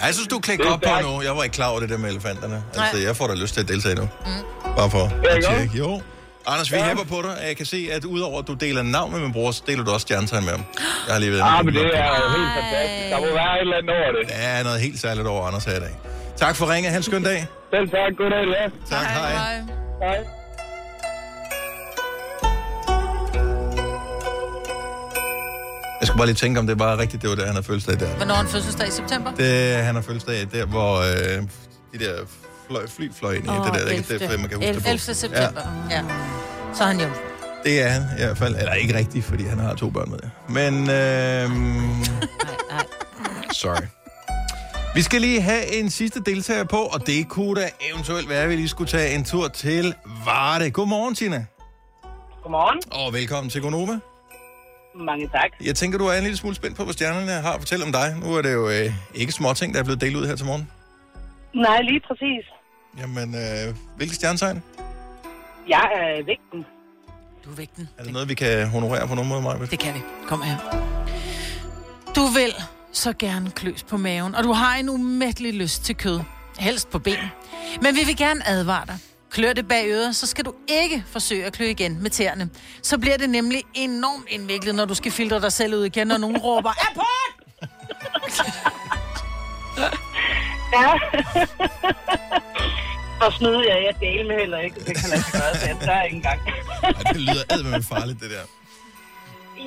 Speaker 1: Ja, jeg synes, du klikker op på nu. Jeg var ikke klar over det der med elefanterne.
Speaker 14: Nej.
Speaker 1: Altså, jeg får da lyst til at deltage nu. Mm. Bare for
Speaker 14: Ja,
Speaker 1: at
Speaker 14: ikke
Speaker 1: tjekke. Jo. Anders, vi
Speaker 14: Ja.
Speaker 1: hæpper på dig. Jeg kan se, at udover at du deler navn med min bror, så deler du også stjernetegn med ham. Jeg har lige været
Speaker 14: Ah,
Speaker 1: inde på
Speaker 14: men det
Speaker 1: den.
Speaker 14: er jo helt fantastisk. Der må være et eller andet over det.
Speaker 1: Der er noget helt særligt over Anders her i dag. Tak for ringet. Han skøn dag. Selv tak. God dag, ja. Tak, hej. hej.
Speaker 14: Hej.
Speaker 1: Jeg skulle bare lige tænke, om det var rigtigt, det var der, han har fødselsdag der.
Speaker 3: Hvornår er en fødselsdag i september?
Speaker 1: Det, han har fødselsdag der, hvor øh, de der fløj, fly fløj ind i
Speaker 3: Åh,
Speaker 1: det der. Det er ikke
Speaker 3: 11..
Speaker 1: det, man kan huske det på.
Speaker 3: 11. september, ja. ja. Så er han jo.
Speaker 1: Det er han i hvert fald. Eller ikke rigtigt, fordi han har to børn med. Men, øhm... Sorry. Vi skal lige have en sidste deltager på, og det kunne da eventuelt være, at vi lige skulle tage en tur til Varde. Godmorgen, Tina.
Speaker 13: Godmorgen.
Speaker 1: Og velkommen til Gonova.
Speaker 13: Mange tak.
Speaker 1: Jeg tænker, du er en lille smule spændt på, hvad stjernerne har at fortælle om dig. Nu er det jo øh, ikke små ting, der er blevet delt ud her til morgen.
Speaker 13: Nej, lige præcis.
Speaker 1: Jamen, øh, hvilke stjernetegn?
Speaker 13: Jeg er vægten.
Speaker 3: Du er vægten.
Speaker 1: Er det noget, vi kan honorere på nogen måde, Maja?
Speaker 3: Det kan vi. Kom her. Du vil så gerne kløs på maven, og du har en umættelig lyst til kød. Helst på ben. Men vi vil gerne advare dig. Klør det bag øret, så skal du ikke forsøge at klø igen med tæerne. Så bliver det nemlig enormt indviklet, når du skal filtre dig selv ud igen, og nogen råber, Apport!
Speaker 13: Ja. Og snyder jeg, jeg deler med heller ikke. Det kan lade sig gøre, så jeg tør ikke engang.
Speaker 1: Ej, det lyder advendt farligt, det der.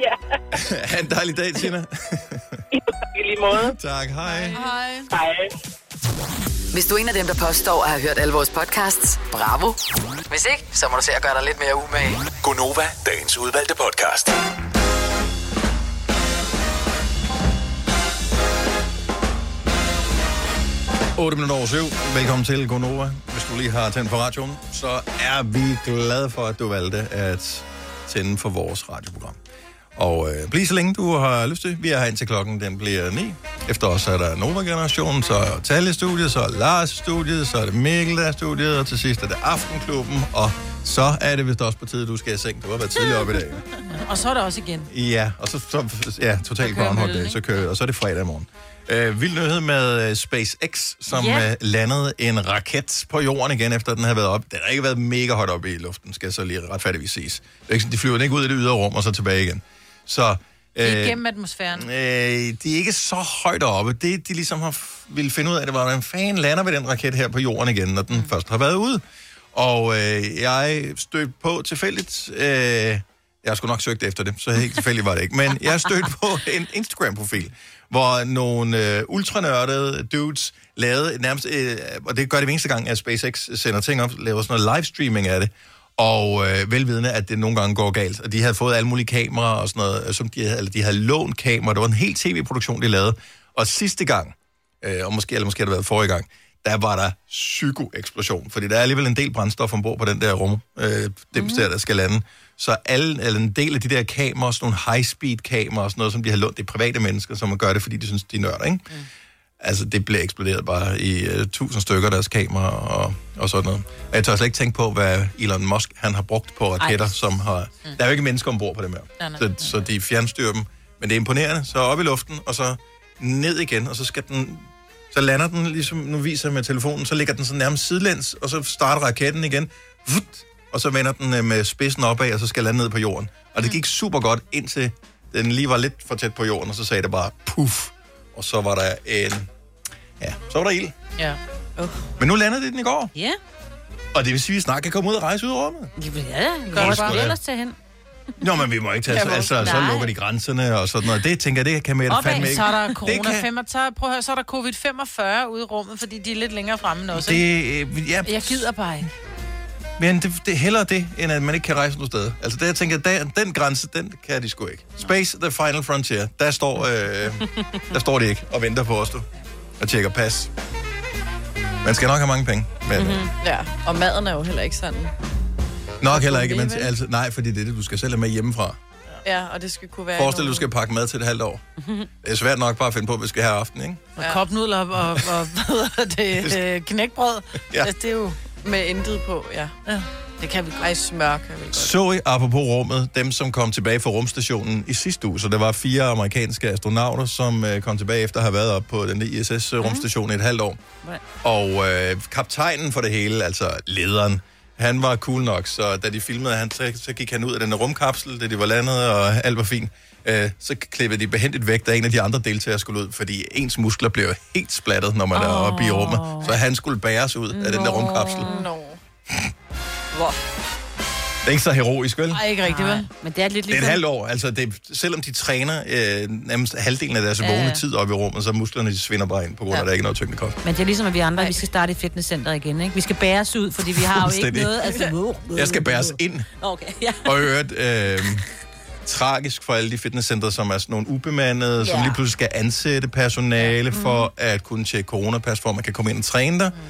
Speaker 13: Ja,
Speaker 1: (laughs) ha' en dejlig dag, Tina.
Speaker 13: i lige måde.
Speaker 1: (laughs) Tak, hej.
Speaker 3: Hej.
Speaker 13: Hej.
Speaker 5: Hvis du er en af dem, der påstår at have hørt alle vores podcasts, bravo. Hvis ikke, så må du se at gøre dig lidt mere umage.
Speaker 7: Gonova, dagens udvalgte podcast.
Speaker 1: hej. 8 minutter over 7. Velkommen til Gonova. Hvis du lige har tændt for radioen, så er vi glade for, at du valgte at tænde for vores radioprogram. Og øh, bliv så længe du har lyst til. Vi er her indtil klokken, den bliver 9. Efter os er der Nova-generationen, så er Talle i studiet, så er Lars i studiet, så er det Mikkel, der er i studiet, og til sidst er det Aftenklubben, og så er det vist også på tide, du skal i seng. Du har været tidligere oppe i dag.
Speaker 3: Og så er der også igen.
Speaker 1: Ja, og så, så ja, totalt
Speaker 3: kører
Speaker 1: Groundhog
Speaker 3: møllen,
Speaker 1: Day,
Speaker 3: ikke?
Speaker 1: så kører vi, og så er det fredag i morgen. Øh, vild nyhed med øh, SpaceX, som
Speaker 3: Ja.
Speaker 1: yeah. øh, landede en raket på jorden igen, efter den havde været op. Den har ikke været mega højt op i luften, skal så lige retfærdigvis siges. Det er ikke sådan, De flyver den ikke ud i det ydre rum, og så tilbage igen. Så øh,
Speaker 3: Igennem atmosfæren.
Speaker 1: Øh, de er ikke så højt oppe. Det, de ligesom har f- ville finde ud af, det var, hvordan fanden lander vi den raket her på jorden igen, når den mm. først har været ude. Og øh, jeg stødte på tilfældigt... Øh, jeg skulle nok søgt efter det, så helt tilfældigt var det ikke. Men jeg stødte på en Instagram-profil, hvor nogle øh, ultranørdede dudes lavede nærmest... Øh, og det gør det hver eneste gang, at SpaceX sender ting op, laver sådan noget livestreaming af det. Og øh, velvidende, at det nogle gange går galt. Og de havde fået alle mulige kameraer og sådan noget, øh, som de havde, eller de havde lånt kameraer. Det var en hel tv-produktion, de lavede. Og sidste gang, øh, og måske, eller måske har det været forrige gang, der var der psykoeksplosion, fordi der er alligevel en del brændstof ombord på den der rum, øh, det mm. der, der skal lande. Så alle, eller en del af de der kameraer, sådan nogle high-speed kameraer og sådan noget, som de har lånt, det er private mennesker, som gør det, fordi de synes, de er nørder, ikke? Mm. Altså, det bliver eksploderet bare i øh, tusind stykker af deres kameraer og, og sådan noget. Og jeg tør slet ikke tænke på, hvad Elon Musk, han har brugt på raketter, Ej. som har... Mm. Der er jo ikke mennesker ombord på dem her.
Speaker 3: Nej, nej,
Speaker 1: så, så de fjernstyrer dem. Men det er imponerende. Så op i luften, og så ned igen, og så skal den så lander den, ligesom nu viser jeg med telefonen, så ligger den så nærmest sidelæns, og så starter raketten igen, Vut! og så vender den øh, med spidsen opad, og så skal lande ned på jorden. Og
Speaker 3: Mm.
Speaker 1: det gik super godt, indtil den lige var lidt for tæt på jorden, og så sagde det bare puff, og så var der en... Ja, så var der ild.
Speaker 3: Ja. Uh.
Speaker 1: Men nu landede den i går,
Speaker 2: Ja.
Speaker 1: og det vil sige, at vi snart kan komme ud og rejse ud i rummet.
Speaker 2: Ja,
Speaker 1: Hvor
Speaker 2: Gør
Speaker 1: skulle
Speaker 2: det
Speaker 1: jeg?
Speaker 2: ellers tage hen.
Speaker 1: Nå, men vi må ikke tage...
Speaker 3: Ja,
Speaker 1: Altså,
Speaker 3: hvor-
Speaker 1: altså, så
Speaker 3: Nej.
Speaker 1: lukker de grænserne og sådan noget. Det tænker jeg, det kan med det fandme
Speaker 3: Opad,
Speaker 1: ikke.
Speaker 3: så er der
Speaker 1: Det
Speaker 3: corona
Speaker 1: kan-
Speaker 3: 5, og så, prøv at høre, så er der covid-45 ude i rummet, fordi de er lidt længere fremme også. ikke?
Speaker 1: Det, øh, ja,
Speaker 3: Jeg gider bare ikke.
Speaker 1: Men det, det er hellere det, end at man ikke kan rejse nogen sted. Altså, det, jeg tænker, der, den grænse, den kan de sgu ikke. Space, the final frontier. Der står, øh, der står de ikke og venter på os, du. Og tjekker pas. Man skal nok have mange penge. Men,
Speaker 3: Mhm.
Speaker 1: mm-hmm.
Speaker 4: Mm-hmm. Ja, og maden er jo heller ikke sådan.
Speaker 1: Nok heller ikke. Men,
Speaker 4: Alligevel.
Speaker 1: altså, nej, fordi det er det, du skal selv have med hjemmefra.
Speaker 4: Ja, og det skal kunne være...
Speaker 1: Forestil dig, du skal pakke mad til et halvt år. Det er svært nok bare at finde på, hvad vi skal have i aften, ikke?
Speaker 3: Og kopnudler og, og, (laughs) og hvad hedder det, øh, knækbrød.
Speaker 1: Ja.
Speaker 3: Ja. Det er jo
Speaker 4: med intet på, ja.
Speaker 3: ja. Det kan vi godt.
Speaker 4: Ej, smør kan vi godt.
Speaker 1: Så I, apropos rummet, dem som kom tilbage fra rumstationen i sidste uge, så der var fire amerikanske astronauter, som øh, kom tilbage efter at have været op på den der ISS-rumstation i et halvt år. Og øh, kaptajnen for det hele, altså lederen, han var cool nok, så da de filmede, han, så, så gik han ud af den her rumkapsel, da de var landet, og alt var fint. Øh, så klippede de behendigt væk, da en af de andre deltagere skulle ud, fordi ens muskler blev helt splattet, når man oh. er oppe i rummet. Så han skulle bæres ud af den der rumkapsel. Det
Speaker 4: Nå. Hvor?
Speaker 1: er ikke så heroisk, vel?
Speaker 3: Ej, ikke rigtigt, vel?
Speaker 2: Men det er lidt ligesom-
Speaker 1: Det
Speaker 3: Ligesom-
Speaker 1: er et halvt år. Altså, det, er- selvom de træner øh, nærmest halvdelen af deres
Speaker 2: Ja,
Speaker 1: vågne
Speaker 2: ja.
Speaker 1: tid op i rummet, så musklerne de svinder bare ind, på grund af, at der ikke er noget tyngdekraft.
Speaker 2: Men det er ligesom, at vi andre, vi skal starte i fitnesscenteret igen, ikke? Vi skal bæres ud, fordi vi har jo ikke
Speaker 1: Fuldstændig.
Speaker 2: noget... Altså,
Speaker 1: Jeg skal bæres ind.
Speaker 2: Okay, ja.
Speaker 1: Og i øvrigt, øh, tragisk for alle de fitnesscentre, som er sådan nogle ubemandede, yeah. som
Speaker 2: Ja.
Speaker 1: lige pludselig skal ansætte personale for at kunne tjekke coronapas, for at man kan komme ind og træne dig. Mm.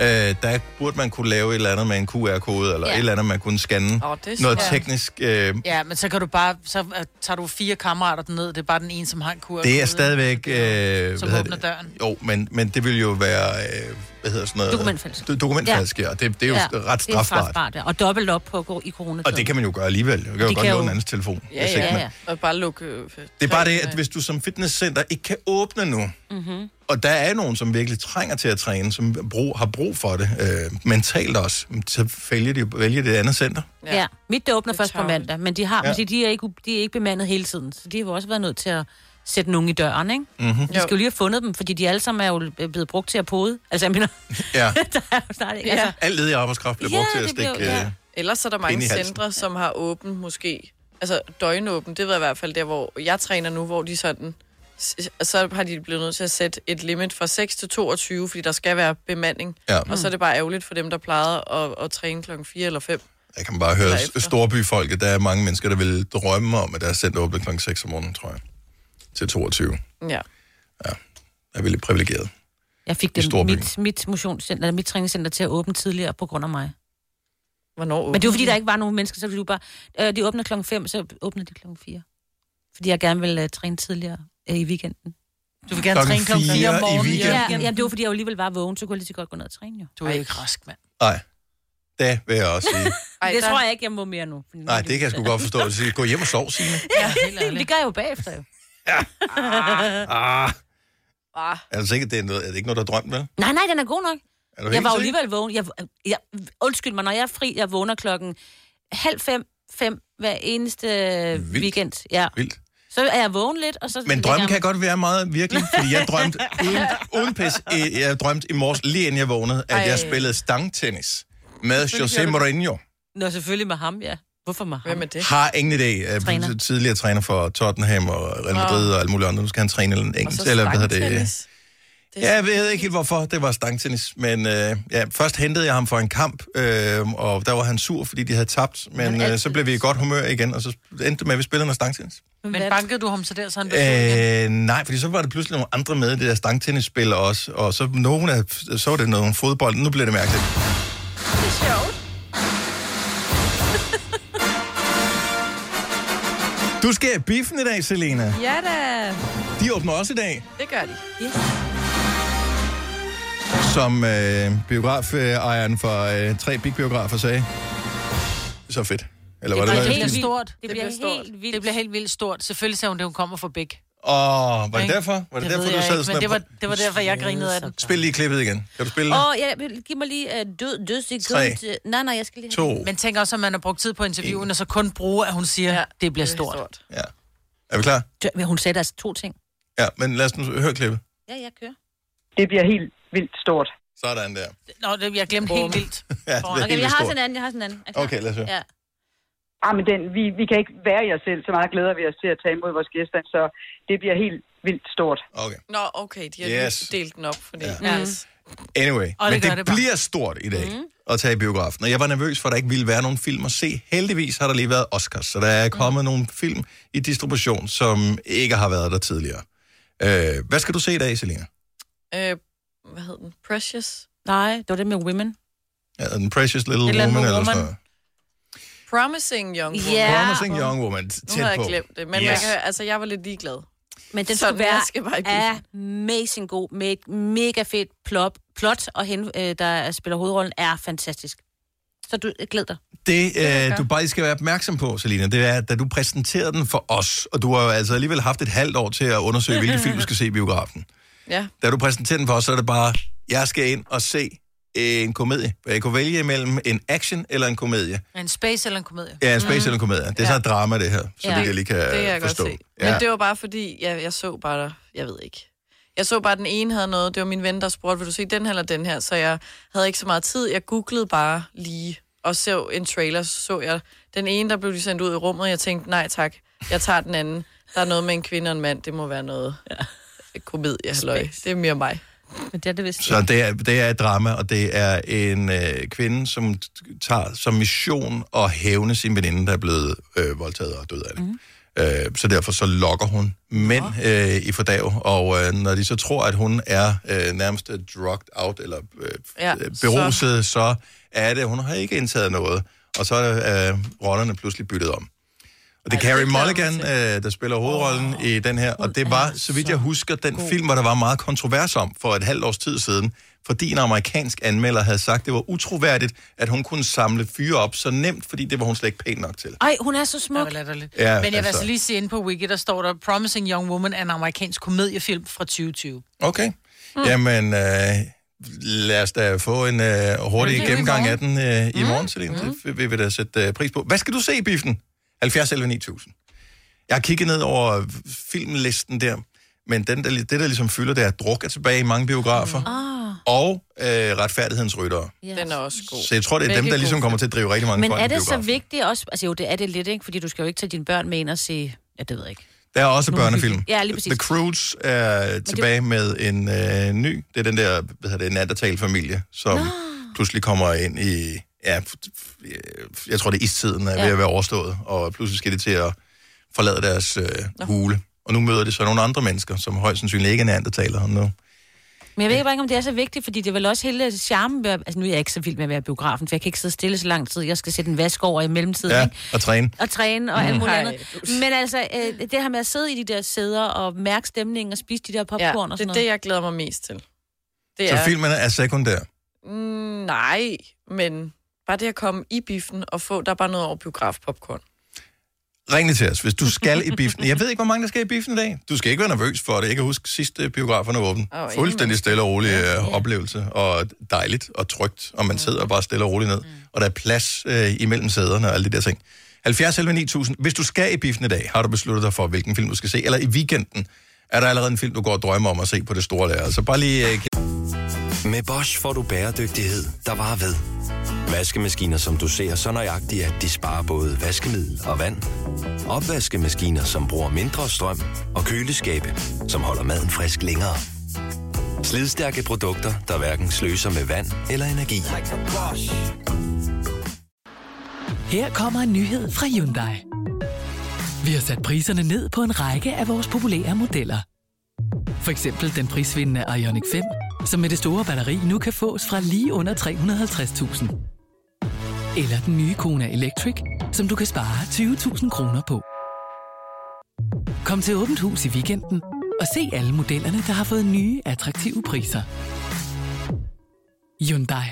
Speaker 1: Øh, der burde man kunne lave et eller andet med en QR-kode, eller
Speaker 3: Ja.
Speaker 1: et eller andet, man kunne scanne.
Speaker 3: Åh, det er
Speaker 1: noget
Speaker 3: smart.
Speaker 1: teknisk. Øh,
Speaker 3: Ja, men så kan du bare, så øh, tager du fire kammerater ned, det er bare den ene, som har en kur.
Speaker 1: det er stadigvæk... Øh,
Speaker 3: Som
Speaker 1: hvad hedder
Speaker 3: åbner
Speaker 1: det?
Speaker 3: døren.
Speaker 1: Jo, men, men det vil jo være... Øh, hvad hedder sådan noget?
Speaker 2: Dokumentfalsk.
Speaker 1: Do- Dokumentfalsk, ja. Og det, det er jo ret
Speaker 2: Det er
Speaker 1: strafbart.
Speaker 2: strafbart, ja. Og dobbelt op på i coronatiden.
Speaker 1: Og det kan man jo gøre alligevel. Jeg kan
Speaker 2: Og
Speaker 1: jo
Speaker 2: de
Speaker 1: godt
Speaker 2: kan
Speaker 1: låne
Speaker 2: jo-
Speaker 1: en andens telefon.
Speaker 2: Ja,
Speaker 1: hvis ikke
Speaker 2: ja,
Speaker 1: man-
Speaker 2: ja.
Speaker 4: Og bare lukke... øh, f-
Speaker 1: Det er bare det, at hvis du som fitnesscenter ikke kan åbne nu,
Speaker 4: Mhm.
Speaker 1: og der er nogen, som virkelig trænger til at træne, som brug, har brug for det, øh, mentalt også, så vælger de vælger det andet center.
Speaker 2: Ja. ja. Mit det åbner først på mandag, men de har,
Speaker 1: Ja.
Speaker 2: ja. de, er ikke, de er ikke bemandet hele tiden, så de har jo også været nødt til at sætte nogen i døren, ikke?
Speaker 1: Mhm.
Speaker 2: De skal jo lige have fundet dem, fordi de alle sammen er jo blevet brugt til at pode. Altså, jeg mener, (laughs)
Speaker 1: Ja.
Speaker 2: der er jo snart ikke. Altså,
Speaker 1: Al ledig arbejdskraft bliver brugt til at stikke...
Speaker 4: bliver-
Speaker 1: øh,
Speaker 4: Ellers er der
Speaker 1: ind i
Speaker 4: mange
Speaker 1: halsen.
Speaker 4: centre, som har åbent måske, altså døgnåbent, det ved jeg i hvert fald der, hvor jeg træner nu, hvor de sådan, s- så har de blevet nødt til at sætte et limit fra 6 til 22, fordi der skal være bemanding.
Speaker 1: Ja.
Speaker 4: Og så er det bare ærgerligt for dem, der plejede at, at træne klokken 4 eller 5.
Speaker 1: Jeg kan bare høre
Speaker 4: Derefter.
Speaker 1: storbyfolket, der er mange mennesker, der vil drømme om, at deres center åbner kl. 6 om morgenen, tror jeg. Til 22.
Speaker 4: Ja.
Speaker 1: Jeg er lidt privilegeret.
Speaker 2: jeg fik
Speaker 1: I
Speaker 2: det,
Speaker 1: storbyen.
Speaker 2: mit, mit motionscenter, eller mit træningscenter til at åbne tidligere på grund af mig.
Speaker 4: Hvornår
Speaker 2: Men det var fordi, der ikke var nogen mennesker, så ville du bare... Øh, de åbner klokken 5, så åbner de klokken 4. Fordi jeg gerne ville øh, træne tidligere øh, i weekenden.
Speaker 3: Du vil gerne Klokken træne klokken fire fire om i morgenen, ja.
Speaker 2: Ja,
Speaker 3: weekenden.
Speaker 2: ja, det var fordi, jeg jo alligevel var vågen, så kunne jeg lige så godt gå ned og træne jo.
Speaker 3: Du er ikke rask, mand.
Speaker 1: Nej, det vil jeg også
Speaker 2: (laughs)
Speaker 1: sige.
Speaker 2: Ej, det tror jeg ikke, jeg må mere nu.
Speaker 1: Nej, det kan jeg sgu godt forstå. Du siger, gå hjem og sov, Signe.
Speaker 2: Ja, det gør jeg jo bagefter jo. Ja.
Speaker 1: Ah,
Speaker 4: Ah.
Speaker 1: er du sikker, det er, noget, er det ikke noget, der er drømt, vel?
Speaker 2: Nej, nej, den er god nok.
Speaker 1: Er du
Speaker 2: Jeg
Speaker 1: helt
Speaker 2: var jo
Speaker 1: sikker?
Speaker 2: alligevel vågen. Jeg, jeg, undskyld mig, når jeg er fri, jeg vågner klokken halv fem, fem hver eneste Vildt. weekend. Ja.
Speaker 1: Vildt.
Speaker 2: Så er jeg vågen lidt, og så...
Speaker 1: Men drømmen kan godt være meget
Speaker 2: (laughs)
Speaker 1: virkelig, fordi jeg drømte uden, uden pis, øh, jeg drømte i morges, lige inden jeg vågnede, at
Speaker 2: Ej.
Speaker 1: jeg spillede stangtennis med
Speaker 2: Selvfølgelig
Speaker 1: José
Speaker 2: gjorde du det.
Speaker 1: Mourinho.
Speaker 2: Nå, selvfølgelig med ham, ja. Hvorfor med ham? Hvem er det?
Speaker 1: Har ingen idé. Øh,
Speaker 2: Træner.
Speaker 1: Tidligere træner for Tottenham og Real Madrid
Speaker 2: Nå.
Speaker 1: og alt muligt andet. Nu skal han træne en engelsk, eller hvad hedder det? øh, Ja, jeg ved ikke helt, hvorfor det var stangtennis, men øh, ja, først hentede jeg ham for en kamp, øh, og der var han sur, fordi de havde tabt, men øh, så blev vi i godt humør igen, og så endte det med, at vi spillede noget stangtennis.
Speaker 3: Men bankede du ham så der, så han blev øh,
Speaker 1: Øh, nej, fordi så var det pludselig nogle andre med, det der stangtennisspil også, og så, nogen af, så var det noget fodbold, nu bliver det mærkeligt. Du skal i biffen i dag, Selena.
Speaker 4: Ja da,
Speaker 1: De åbner også i dag.
Speaker 4: det gør de. Yes.
Speaker 1: som øh, biografejeren for øh, tre big biografer sagde. Så fedt. Eller var det,
Speaker 3: det
Speaker 1: det,
Speaker 3: bliver
Speaker 1: det, det
Speaker 3: stort. Det, bliver, helt vildt. Det bliver helt vildt stort. Selvfølgelig sagde hun, at hun kommer fra Big.
Speaker 1: Og var det
Speaker 3: Ikke?
Speaker 1: derfor? Var det,
Speaker 3: Det
Speaker 1: derfor,
Speaker 3: ved
Speaker 1: du
Speaker 3: jeg
Speaker 1: sad
Speaker 3: ikke,
Speaker 1: sådan
Speaker 3: men det
Speaker 1: her
Speaker 3: var- det var derfor, jeg grinede af den.
Speaker 1: Spil lige klippet igen. Kan du spille
Speaker 2: Åh,
Speaker 1: det?
Speaker 2: oh, ja, giv mig lige uh, død,
Speaker 1: Tre.
Speaker 2: dødsekund. Nej, nej, jeg skal lige
Speaker 1: To.
Speaker 3: Men tænk også, at man har brugt tid på interviewen, og så kun bruge, at hun siger, ja, det bliver stort. stort.
Speaker 1: Er vi klar?
Speaker 2: Dø- Men hun sagde altså to ting.
Speaker 1: Ja, men lad os nu høre klippet.
Speaker 2: Ja, jeg kører.
Speaker 13: Det bliver helt vildt stort.
Speaker 1: Sådan der.
Speaker 3: Nå, det, jeg glemte helt
Speaker 1: (laughs)
Speaker 3: vildt.
Speaker 1: Ja, det
Speaker 2: Okay,
Speaker 1: okay,
Speaker 2: jeg
Speaker 1: helt
Speaker 2: har
Speaker 1: stort.
Speaker 2: sådan en anden, jeg har sådan en anden. Er
Speaker 1: Okay, lad os høre.
Speaker 2: Ja.
Speaker 13: Ah, men den, vi, vi kan ikke være jer selv, så meget glæder vi os til at tage imod vores gæster, så det bliver helt vildt stort.
Speaker 1: Okay.
Speaker 4: Nå, okay, de har
Speaker 1: Yes.
Speaker 4: yes. delt den op, fordi...
Speaker 1: Ja.
Speaker 4: Ja.
Speaker 1: Mm.
Speaker 4: Yes.
Speaker 1: Anyway,
Speaker 4: Og det
Speaker 1: men
Speaker 4: gør
Speaker 1: det,
Speaker 4: det bare.
Speaker 1: bliver stort i dag mm. at tage i biografen. Og jeg var nervøs for, at der ikke ville være nogen film at se. Heldigvis har der lige været Oscars, så der er kommet mm. nogle film i distribution, som ikke har været der tidligere. Øh, hvad skal du se i dag, Selina?
Speaker 4: Øh, hvad hed den? Precious?
Speaker 2: Nej, det var det med Women.
Speaker 1: Ja, den Precious Little
Speaker 4: Et eller
Speaker 1: Woman,
Speaker 4: andet
Speaker 1: eller
Speaker 4: Woman.
Speaker 1: sådan noget.
Speaker 4: Promising Young Woman.
Speaker 1: Promising Young Woman. Tæt
Speaker 4: Nu har jeg
Speaker 1: på.
Speaker 4: glemt det, men yes.
Speaker 1: yes.
Speaker 4: man kan, altså, jeg var lidt ligeglad.
Speaker 2: Men den
Speaker 4: Sådan,
Speaker 2: skulle være
Speaker 4: jeg skal bare i
Speaker 2: amazing god, med et mega fedt plop, plot, og hende, øh, der spiller hovedrollen, er fantastisk. Så du øh, glæd dig.
Speaker 1: Det,
Speaker 2: gør.
Speaker 1: øh, du bare skal være opmærksom på, Selina, det er, at da du præsenterede den for os, og du har jo altså alligevel haft et halvt år til at undersøge, hvilke film du skal se i biografen.
Speaker 4: Ja.
Speaker 1: Da du præsenterede den for os, så er det bare, jeg skal ind og se øh, en komedie. Jeg kunne vælge imellem en action eller en komedie.
Speaker 3: En space eller en komedie?
Speaker 1: Ja, en space mm. eller en komedie. Det er så et drama, det her, så ja. det jeg lige kan
Speaker 4: det kan jeg
Speaker 1: forstå.
Speaker 4: Godt se.
Speaker 1: Ja.
Speaker 4: Men det var bare fordi, jeg, jeg så bare, der- jeg ved ikke. Jeg så bare, at den ene havde noget. Det var min ven, der spurgte, vil du se den her eller den her? Så jeg havde ikke så meget tid. Jeg googlede bare lige og så en trailer. Så så jeg den ene, der blev de sendt ud i rummet. Jeg tænkte, nej tak, jeg tager den anden. Der er noget med en kvinde og en mand. Det må være noget ja. komedie. Halløj. Det er mere mig.
Speaker 2: Men det er det vist.
Speaker 1: Så det er, det er et drama, og det er en øh, kvinde, som t- tager som mission at hævne sin veninde, der er blevet øh, voldtaget og død af det. Mm. Øh, så derfor så lokker hun mænd øh, i fordav, og øh, når de så tror, at hun er øh, nærmest øh, drugged out, eller øh,
Speaker 4: Ja,
Speaker 1: øh, beruset, så. så er det, hun har ikke indtaget noget. Og så er øh, rollerne pludselig byttet om. Og det er Carrie Mulligan, øh, der spiller hovedrollen oh, i den her, og det var, så vidt jeg husker, den god. film, hvor der var meget kontrovers om for et halvt års tid siden, fordi en amerikansk anmelder havde sagt, det var utroværdigt, at hun kunne samle fyre op så nemt, fordi det var hun slet ikke pæn nok til.
Speaker 2: Ej, hun er så smuk.
Speaker 3: Ja, Men
Speaker 1: Ja,
Speaker 3: jeg vil
Speaker 1: altså.
Speaker 3: altså lige se inde på Wiki, der står der Promising Young Woman er en amerikansk komediefilm fra 2020.
Speaker 1: Okay. Mm. Jamen, øh, lad os da få en øh, hurtig
Speaker 3: Okay.
Speaker 1: gennemgang af den øh,
Speaker 2: Mm.
Speaker 1: i morgen, Celine. Det vil- vil vi da sætte øh, pris på. Hvad skal du se i biffen? 70 11 9000. Jeg har kigget ned over filmlisten der, men den, der, det, der ligesom fylder, det er, at druk er tilbage i mange biografer,
Speaker 2: Ah.
Speaker 1: og øh, retfærdighedens ryttere.
Speaker 2: Yes.
Speaker 4: Den er også god.
Speaker 1: Så jeg tror, det er dem, der ligesom kommer til at drive rigtig mange
Speaker 2: Men
Speaker 1: folk i
Speaker 2: er det så
Speaker 1: biografen.
Speaker 2: vigtigt også? Altså jo, det er det lidt, ikke? Fordi du skal jo ikke tage dine børn med ind og se... Ja, det ved jeg ikke.
Speaker 1: Der er også
Speaker 2: Nogle
Speaker 1: børnefilm.
Speaker 2: hyggelige- Ja, lige præcis.
Speaker 1: The Croods er tilbage med en øh, ny. Det er den der, hvad hedder det, nattertal-familie, som Nå. pludselig kommer ind i... Ja, f- f- øh, jeg tror, det er istiden er ja.
Speaker 15: Ja.
Speaker 1: ved at være overstået, og pludselig skal de til at forlade deres øh, hule. Og nu møder de så nogle andre mennesker, som højst sandsynligt ikke er neandertalere nu.
Speaker 2: Men jeg ved bare ikke, om det er så vigtigt, fordi det er vel også hele charmen ved... at- Altså, nu er jeg ikke så vild med at være i biografen, for jeg kan ikke sidde stille så lang tid. Jeg skal sætte en vask over i mellemtiden,
Speaker 1: Ja,
Speaker 2: ikke?
Speaker 1: og træne.
Speaker 2: Og træne og alt
Speaker 1: Mm.
Speaker 2: muligt
Speaker 1: Ej,
Speaker 2: andet. Men altså, øh, det her med at sidde i de der sæder og mærke stemningen og spise de der popcorn og
Speaker 4: Ja,
Speaker 2: sådan
Speaker 4: det er
Speaker 2: noget.
Speaker 4: det, jeg glæder mig mest til. Det
Speaker 1: Så
Speaker 4: er,
Speaker 1: filmen er sekundær.
Speaker 4: Mm, nej, men bare det at komme i biffen og få, der er bare noget over biografpopcorn.
Speaker 1: Ring lige til os, hvis du skal i biffen. Jeg ved ikke, hvor mange der skal i biffen i dag. Du skal ikke være nervøs for det. Jeg kan huske sidste biograferne var åbne.
Speaker 4: Åh,
Speaker 1: Oh,
Speaker 4: ingen
Speaker 1: Fuldstændig stille og rolig øh, oplevelse, og dejligt og trygt, og man sidder bare stille og roligt ned. Og der er plads øh, imellem sæderne og alle de der ting. 70 11 9000. Hvis du skal i biffen i dag, har du besluttet dig for, hvilken film du skal se, eller i weekenden, er der allerede en film, du går og drømmer om at se på det store lærred. Så bare lige... Øh,
Speaker 16: Med Bosch får du bæredygtighed, der varer ved. Vaskemaskiner, som du ser så nøjagtigt, at de sparer både vaskemiddel og vand. Opvaskemaskiner, som bruger mindre strøm. Og køleskabe, som holder maden frisk længere. Slidstærke produkter, der hverken sløser med vand eller energi.
Speaker 17: Her kommer en nyhed fra Hyundai. Vi har sat priserne ned på en række af vores populære modeller. For eksempel den prisvindende Ioniq 5, som med det store batteri nu kan fås fra lige under 350.000. Eller den nye Kona Electric, som du kan spare 20.000 kroner på. Kom til Åbent Hus i weekenden og se alle modellerne, der har fået nye, attraktive priser. Hyundai.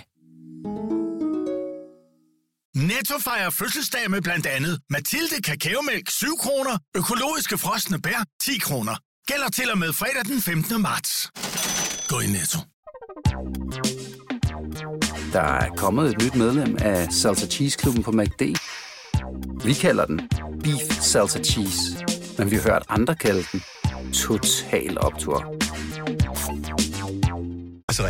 Speaker 18: Netto fejrer fødselsdag med blandt andet Mathilde Kakaomælk 7 kroner, økologiske frosne bær 10 kroner. Gælder til og med fredag den 15. marts. Gå i Netto.
Speaker 19: Der er kommet et nyt medlem af Salsa Cheese Klubben på MACD. Vi kalder den Beef Salsa Cheese, men vi har hørt andre kalde den Total Optor.
Speaker 1: Altså,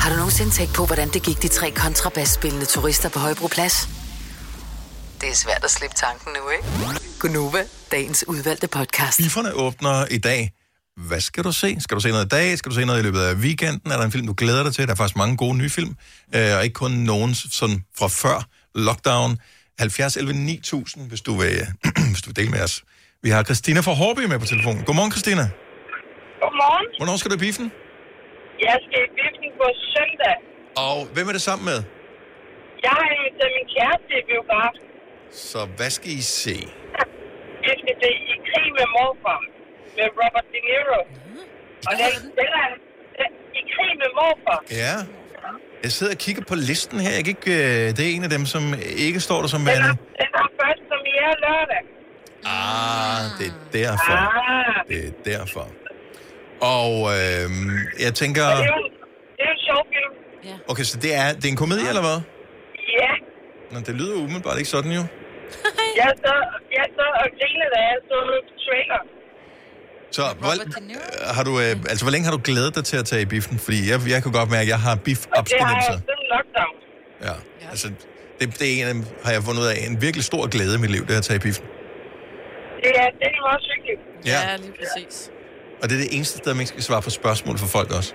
Speaker 5: Har du nogensinde tænkt på, hvordan det gik de tre kontrabasspillende turister på Højbroplads? Det er svært at slippe tanken nu, ikke? Gunova, dagens udvalgte podcast.
Speaker 1: Bifferne åbner i dag. Hvad skal du se? Skal du se noget i dag? Skal du se noget i løbet af weekenden? Er der en film, du glæder dig til? Der er faktisk mange gode nye film, øh, og ikke kun nogen sådan fra før lockdown. 70 11 9000, hvis du vil, (clears throat) hvis du vil dele med os. Vi har Christina fra Hårby med på telefonen. Godmorgen, Christina.
Speaker 20: Godmorgen.
Speaker 1: Hvornår skal du i biffen?
Speaker 20: Jeg skal i biffen på søndag.
Speaker 1: Og hvem er det sammen med?
Speaker 20: Jeg har inviteret min kæreste i biografen.
Speaker 1: Så hvad skal I se?
Speaker 20: Vi skal se I krig med morfar med Robert De Niro.
Speaker 1: Mhm.
Speaker 20: Og den spiller han den- I krig med morfar.
Speaker 1: Ja. Jeg sidder og kigger på listen her. Jeg kan ikke, øh, det er en af dem, som ikke står der som værende.
Speaker 20: Den er først som i er lørdag.
Speaker 1: Ah, det er derfor.
Speaker 20: Ah.
Speaker 1: Det er derfor. Og øh, jeg tænker...
Speaker 20: Og det er jo, det er jo en sjov film. Ja.
Speaker 1: Okay, så det er, det er en komedie, eller hvad?
Speaker 20: ja.
Speaker 1: Nå, det lyder umiddelbart ikke sådan, jo.
Speaker 20: Jeg så, jeg så og grinede, da jeg så trailer.
Speaker 1: Så hvor, øh, har du, øh, altså, hvor længe har du glædet dig til at tage i biffen? Fordi jeg, jeg kan godt mærke, at jeg har biff
Speaker 20: Og det har jeg
Speaker 1: abstinenser.
Speaker 20: siden lockdown.
Speaker 1: Ja. Altså, det, det er en, af- har jeg fundet ud af, en virkelig stor glæde i mit liv, det er at tage i biffen.
Speaker 20: Det er, det er meget hyggeligt.
Speaker 1: Ja.
Speaker 20: ja, lige præcis.
Speaker 1: Og det er det eneste sted, man ikke skal svare på spørgsmål for folk også.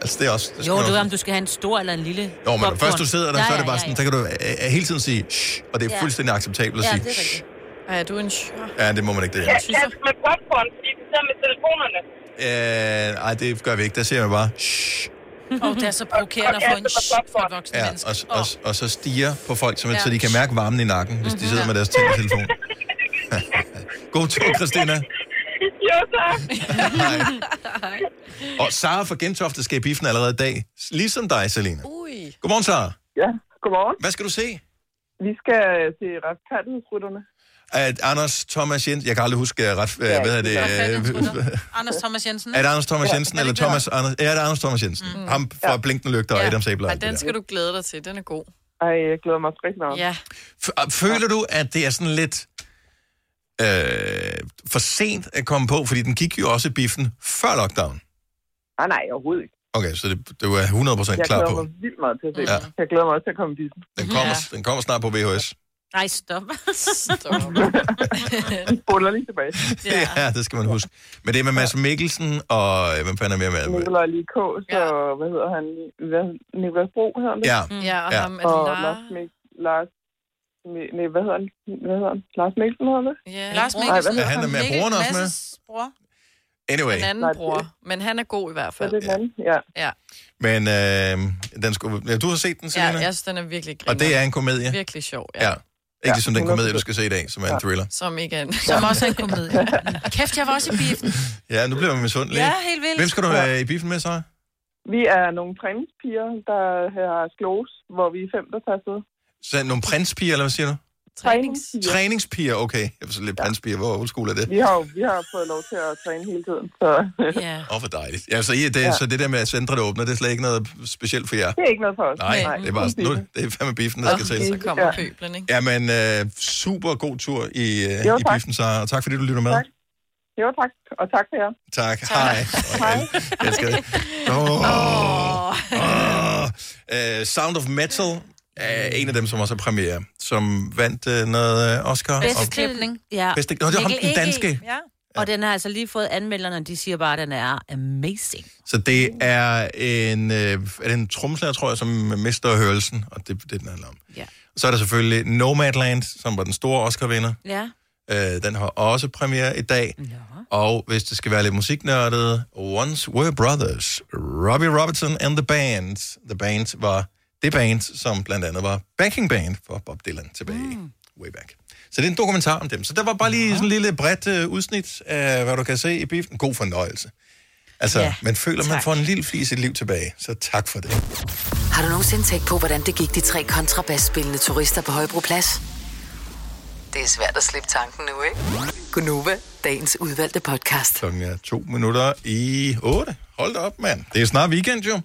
Speaker 1: Altså, det er også... Det skal
Speaker 2: Jo,
Speaker 1: man
Speaker 2: du ved,
Speaker 1: også...
Speaker 2: om du skal have en stor eller en lille
Speaker 1: Jo, men når
Speaker 2: popcorn.
Speaker 1: først du sidder der,
Speaker 2: ja,
Speaker 1: så er det
Speaker 2: ja, ja,
Speaker 1: bare sådan, der kan du øh, øh, hele tiden sige shh, og det er
Speaker 4: Ja.
Speaker 1: fuldstændig acceptabelt at
Speaker 4: Ja,
Speaker 1: sige
Speaker 4: det er
Speaker 1: shh.
Speaker 4: rigtigt. Ej, du er en sjov.
Speaker 1: Ja, det må man ikke det
Speaker 20: Ja,
Speaker 1: her.
Speaker 20: ja, med popcorn, fordi de sidder med telefonerne.
Speaker 1: Øh, nej, det gør vi ikke. Der siger man bare shh.
Speaker 3: Åh, oh, det er så provokerende at få en shh fra voksne
Speaker 1: Ja,
Speaker 3: mennesker.
Speaker 1: og, og, og, så stiger på folk, så,
Speaker 3: Ja.
Speaker 1: så de kan mærke varmen i nakken, hvis de sidder med deres tænder telefon. (laughs) God tur, Christina.
Speaker 20: Jo, så.
Speaker 1: Og Sara fra Gentofte skal i biffen allerede i dag. Ligesom dig, Selina.
Speaker 4: Ui.
Speaker 1: Godmorgen, Sara.
Speaker 15: Ja, godmorgen.
Speaker 1: Hvad skal du se?
Speaker 15: Vi skal øh, til retfærdighedsrytterne.
Speaker 1: At Anders Thomas Jensen... Jeg kan aldrig huske øh, ret... øh, Hvad er det? øh, (laughs)
Speaker 3: Anders Thomas Jensen.
Speaker 1: Er det Anders Thomas Jensen, eller Thomas Anders... Ja, det er Anders Thomas Jensen.
Speaker 4: Mm.
Speaker 1: Ham fra Blinkende Lygter og Adams Æbler.
Speaker 4: Ej, den skal du glæde dig til. Den er god.
Speaker 15: Ej, jeg glæder mig rigtig meget.
Speaker 4: Ja.
Speaker 1: Føler du, at det er sådan lidt øh, for sent at komme på? Fordi den gik jo også i biffen før lockdown.
Speaker 15: Nej, Ah, nej, overhovedet ikke.
Speaker 1: Okay, så det, det var 100%
Speaker 15: Jeg
Speaker 1: klar
Speaker 15: glæder
Speaker 1: på.
Speaker 15: mig vildt meget til at se
Speaker 1: Ja.
Speaker 15: ja. Jeg glæder mig også til at komme i biffen.
Speaker 1: Den kommer, den kommer snart på VHS.
Speaker 2: Nej, stop.
Speaker 4: stop.
Speaker 15: Buller lige tilbage.
Speaker 1: Ja. ja, det skal man huske. Men det er med Mads Mikkelsen og... øh, Hvem fanden er mere med?
Speaker 15: Nikolaj Lee K, så ja. hvad hedder han? Hvad, Nikolaj Bro hedder han det?
Speaker 1: Ja.
Speaker 4: (laughs) Ja, og ham er det
Speaker 15: og
Speaker 4: Lars-
Speaker 15: Lars, Mik- Lars Mi- Nej, hvad hedder han? Hvad hedder han? Lars Mikkelsen hedder han det?
Speaker 4: Ja,
Speaker 15: Lars Mikkelsen.
Speaker 1: Er han med broren også med?
Speaker 4: bror.
Speaker 1: Anyway,
Speaker 4: Den anden bror. Men han er god i hvert fald.
Speaker 15: Det er den anden, ja.
Speaker 4: Ja,
Speaker 1: men øh, den skulle, ja, du har set den,
Speaker 4: ja
Speaker 1: Selina?
Speaker 4: jeg synes, den er virkelig grim.
Speaker 1: Og det er en komedie?
Speaker 4: Virkelig sjov, ja.
Speaker 1: ja. Ikke ligesom den komedie, du skal se i dag, som er en thriller.
Speaker 4: Som ikke er en...
Speaker 3: Som også er en komedie. Kæft, jeg var også i biffen.
Speaker 1: Ja, nu bliver man misundelig.
Speaker 3: Ja,
Speaker 1: ikke?
Speaker 3: helt vildt.
Speaker 1: Hvem skal du
Speaker 15: Ja.
Speaker 1: være i biffen med så?
Speaker 15: Vi er nogle træningspiger, der har sklose, hvor vi er fem, der tager afsted.
Speaker 1: så nogle prinspiger, eller hvad siger du?
Speaker 15: Træningspiger.
Speaker 1: Træningspiger, okay. Jeg var så lidt prinspiger, hvor old school er det?
Speaker 15: Vi har, jo- vi har fået lov til at træne hele tiden, så (laughs)
Speaker 2: ja.
Speaker 1: Åh, oh, hvor dejligt. Ja, så, I, det,
Speaker 15: Ja.
Speaker 1: så det der med, at centret åbner, det er slet ikke noget specielt for jer?
Speaker 15: det er ikke noget for os.
Speaker 1: Nej, det er bare sådan, nu, det er fandme biffen, der skal til.
Speaker 4: Så kommer pøblen, ikke?
Speaker 1: Jamen, øh, super god tur i, øh,
Speaker 15: Jo,
Speaker 1: i
Speaker 15: tak.
Speaker 1: biffen, så og tak fordi du lytter med.
Speaker 15: Tak. Jo, tak. Og tak for jer.
Speaker 1: Tak. tak. Hej.
Speaker 15: (laughs) Hej.
Speaker 1: Jeg elsker det. Oh. Oh. Uh, Sound of Metal er en af dem, som også er premiere, som vandt uh, noget øh, Oscar.
Speaker 2: Bedste
Speaker 1: og-
Speaker 2: klipning. Ja.
Speaker 1: Bedste- Nå, det var ham,
Speaker 2: Mikkel
Speaker 1: den
Speaker 2: Egge.
Speaker 1: danske.
Speaker 2: Ja. Og den har altså lige fået anmelderne, og de siger bare, at den er amazing.
Speaker 1: Så det er en, øh, er det en tromslærer, tror jeg, som mister hørelsen, og det er det, den handler om.
Speaker 2: Ja.
Speaker 1: Så er der selvfølgelig Nomadland, som var den store Oscar-vinder.
Speaker 2: Ja.
Speaker 1: Øh, den har også premiere i dag. Ja. Og hvis det skal være lidt musiknørdet, Once Were Brothers, Robbie Robertson and the Band. The Band var det band, som blandt andet var backing band for Bob Dylan tilbage mm. way back. Så det er en dokumentar om dem. Så der var bare lige sådan en lille bredt øh, udsnit af, hvad du kan se i biffen. God fornøjelse. Altså,
Speaker 5: Ja,
Speaker 1: ja, man føler, tak. man
Speaker 5: tak.
Speaker 1: får en lille flis i liv tilbage. Så tak for det.
Speaker 5: Har du nogensinde tænkt på, hvordan det gik de tre kontrabasspillende turister på Højbroplads? Det er svært at slippe tanken nu, ikke? Gunova, dagens udvalgte podcast.
Speaker 1: Klokken er to minutter i otte. Hold da op, mand. Det er snart weekend, jo.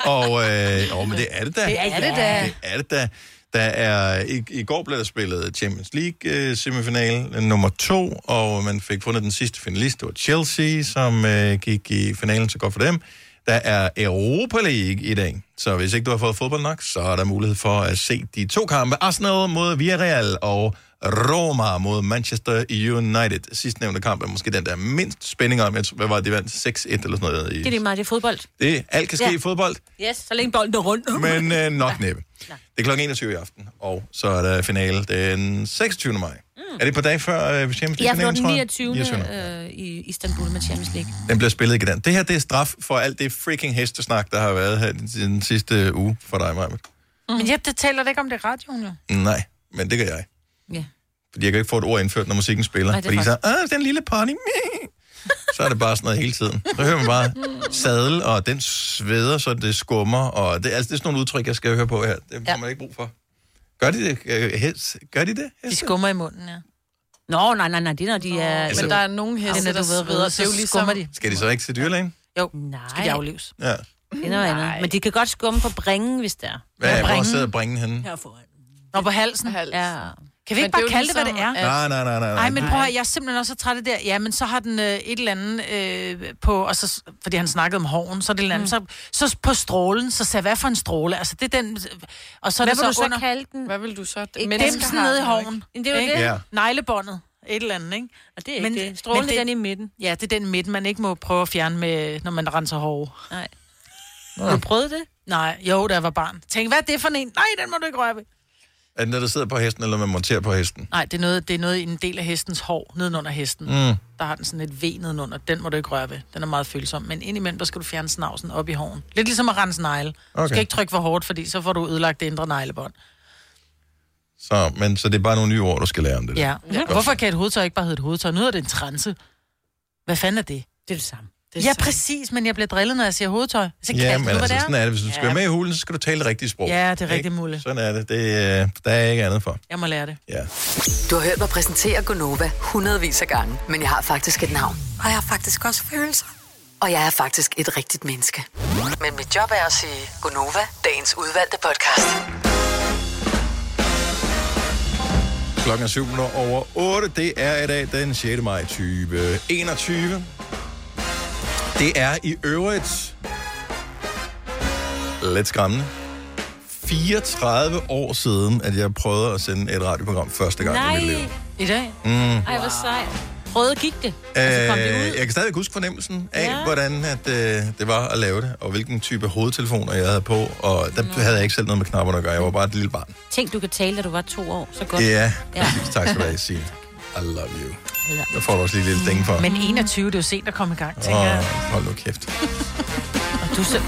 Speaker 1: Og, øh, åh, men det er det da.
Speaker 3: Det er det da.
Speaker 1: Det er det da. Der er, i, I går blev der spillet Champions League øh, semifinal øh, nummer to, og man fik fundet den sidste finalist. Det var Chelsea, som øh, gik i finalen, så godt for dem. Der er Europa League i dag, så hvis ikke du har fået fodbold nok, så er der mulighed for at se de to kampe. Arsenal mod Villarreal og Roma mod Manchester United. Sidstnævnte kamp er måske den, der er mindst spænding om. Jeg tror, Hvad var det, de vandt? 6-1 eller sådan noget?
Speaker 2: Det er
Speaker 1: I...
Speaker 2: lige meget, det er fodbold.
Speaker 1: Det, alt kan ske
Speaker 2: Ja.
Speaker 1: ja. i fodbold.
Speaker 2: Yes, så længe bolden er rundt.
Speaker 1: Men øh, nok næppe. Det er kl. 21 i aften, og så er der finale den 26. maj. Mm. Er det på dag før øh, Champions
Speaker 2: Ja, for det var
Speaker 1: League-finalen,
Speaker 2: den 29.
Speaker 1: tror jeg?
Speaker 2: 29. Øh, i Istanbul med Champions League.
Speaker 1: Den bliver spillet igen. Det her, det er straf for alt det freaking hestesnak, der har været her den, den sidste uge for dig, Maja.
Speaker 4: Mm.
Speaker 3: Men Jep, det taler da ikke om det i radioen, jo.
Speaker 1: Nej, men det gør jeg.
Speaker 3: Ja.
Speaker 1: Fordi jeg kan ikke få et ord indført, når musikken spiller. Nej,
Speaker 3: Nej, det er
Speaker 1: fordi så,
Speaker 3: faktisk-
Speaker 1: ah, den lille pony, (laughs) meh." så er det bare sådan noget hele tiden. Så hører man bare sadel, og den sveder, så det skummer. Og det, altså, det er sådan nogle udtryk, jeg skal høre på her. Det har man ikke brug for. Gør de det? Øh, hest? Gør de det?
Speaker 3: De skummer i munden, ja.
Speaker 2: Nå, nej, nej, nej, det er, når de er...
Speaker 1: Altså-
Speaker 4: Men der er nogle heste,
Speaker 2: Jamen,
Speaker 4: der
Speaker 2: du ved,
Speaker 4: sveder. Det er jo
Speaker 2: så
Speaker 4: ligesom-
Speaker 2: skummer de.
Speaker 1: Skal de så ikke til dyrlægen?
Speaker 3: Jo,
Speaker 2: nej.
Speaker 3: skal de aflives.
Speaker 1: Ja.
Speaker 2: Det er noget andet. Men de kan godt skumme på bringen, hvis det er.
Speaker 1: Hvad er, hvor sidder bringen henne?
Speaker 2: Her foran.
Speaker 3: Nå, på halsen.
Speaker 2: Ja.
Speaker 3: Kan vi
Speaker 2: Men
Speaker 3: ikke
Speaker 2: det er
Speaker 3: bare
Speaker 2: jo
Speaker 3: kalde det, hvad det
Speaker 2: ligesom,
Speaker 3: er?
Speaker 2: at-
Speaker 1: Nej, nej, nej, nej.
Speaker 3: Ej, men prøv at høre, jeg er simpelthen også så træt af det der. Ja, men så har den øh, et eller andet øh, på, og så, fordi han snakkede om hoven, så er det et eller
Speaker 2: Mm.
Speaker 3: andet. Så, så på strålen, så sagde jeg, hvad for en stråle? Altså, det er den... Og så er
Speaker 2: Hvad
Speaker 3: det
Speaker 2: vil du
Speaker 3: så
Speaker 2: så
Speaker 3: under...
Speaker 2: kalde den?
Speaker 4: Hvad vil du så?
Speaker 3: Dimsen nede i hoven.
Speaker 2: Det er jo
Speaker 3: ikke?
Speaker 2: det.
Speaker 1: Ja.
Speaker 3: Neglebåndet. Et eller andet, ikke?
Speaker 2: Og det er ikke det. Strålen er den i midten.
Speaker 3: Ja, det er den i midten, man ikke må prøve at fjerne, med, når man renser hår.
Speaker 2: Nej. Har du prøvet det?
Speaker 3: Nej, jo, da jeg var barn. Tænk, hvad er det for en? Nej, den må du ikke røre ved.
Speaker 1: Er det noget, der sidder på hesten, eller man monterer på hesten?
Speaker 3: Nej, det er noget, det er noget i en del af hestens hår, nedenunder hesten.
Speaker 1: Mm.
Speaker 3: Der har den sådan et V nedenunder. Den må du ikke røre ved. Den er meget følsom. Men indimellem, der skal du fjerne snavsen op i håren. Lidt ligesom at rense negle. Okay. Du
Speaker 1: Okay.
Speaker 3: skal ikke trykke for hårdt, fordi så får du ødelagt det indre neglebånd.
Speaker 1: Så, men, så det er bare nogle nye ord, du skal lære om det. der.
Speaker 3: Ja. ja. Hvorfor kan et hovedtøj ikke bare hedde et hovedtøj? Nu er det en transe. Hvad fanden er det?
Speaker 2: Det er det samme.
Speaker 3: Det er ja, præcis, men jeg bliver drillet, når jeg siger hovedtøj. Så kan
Speaker 1: Ja,
Speaker 3: du,
Speaker 1: men
Speaker 3: hvad
Speaker 1: altså,
Speaker 3: det
Speaker 1: sådan er det. Hvis du skal
Speaker 3: Ja.
Speaker 1: være med i hulen, så skal du tale det rigtige sprog.
Speaker 3: Ja, det er
Speaker 1: Ikke?
Speaker 3: rigtig muligt.
Speaker 1: Sådan er det. det øh, der er ikke andet for.
Speaker 3: Jeg må lære det.
Speaker 1: Ja.
Speaker 5: Du har hørt mig præsentere Gonova hundredvis af gange, men jeg har faktisk et navn.
Speaker 21: Og jeg har faktisk også følelser.
Speaker 5: Og jeg er faktisk et rigtigt menneske. Men mit job er at sige Gonova, dagens udvalgte podcast.
Speaker 1: Klokken er syv minutter over 8. Det er i dag den 6. maj 2021. Det er i øvrigt lidt skræmmende. 34 år siden, at jeg prøvede at sende et radioprogram første gang i mit liv.
Speaker 2: I dag?
Speaker 1: Mm.
Speaker 2: Ej, hvor sejt. Prøvede gik Altså, det?
Speaker 1: Øh, jeg kan stadig huske fornemmelsen af, ja. hvordan at, øh, det var at lave det, og hvilken type hovedtelefoner jeg havde på, og der havde jeg ikke selv noget med knapperne at gøre, jeg var bare et lille barn.
Speaker 2: Tænk, du kan tale, da du var to år. Så godt.
Speaker 1: Ja, præcis. Tak skal du have, Signe. I love you. Der får du også lige et lille ding for.
Speaker 3: Men 21, det er jo sent at komme i gang, tænker jeg.
Speaker 1: Åh, hold nu kæft.
Speaker 3: Og du selv...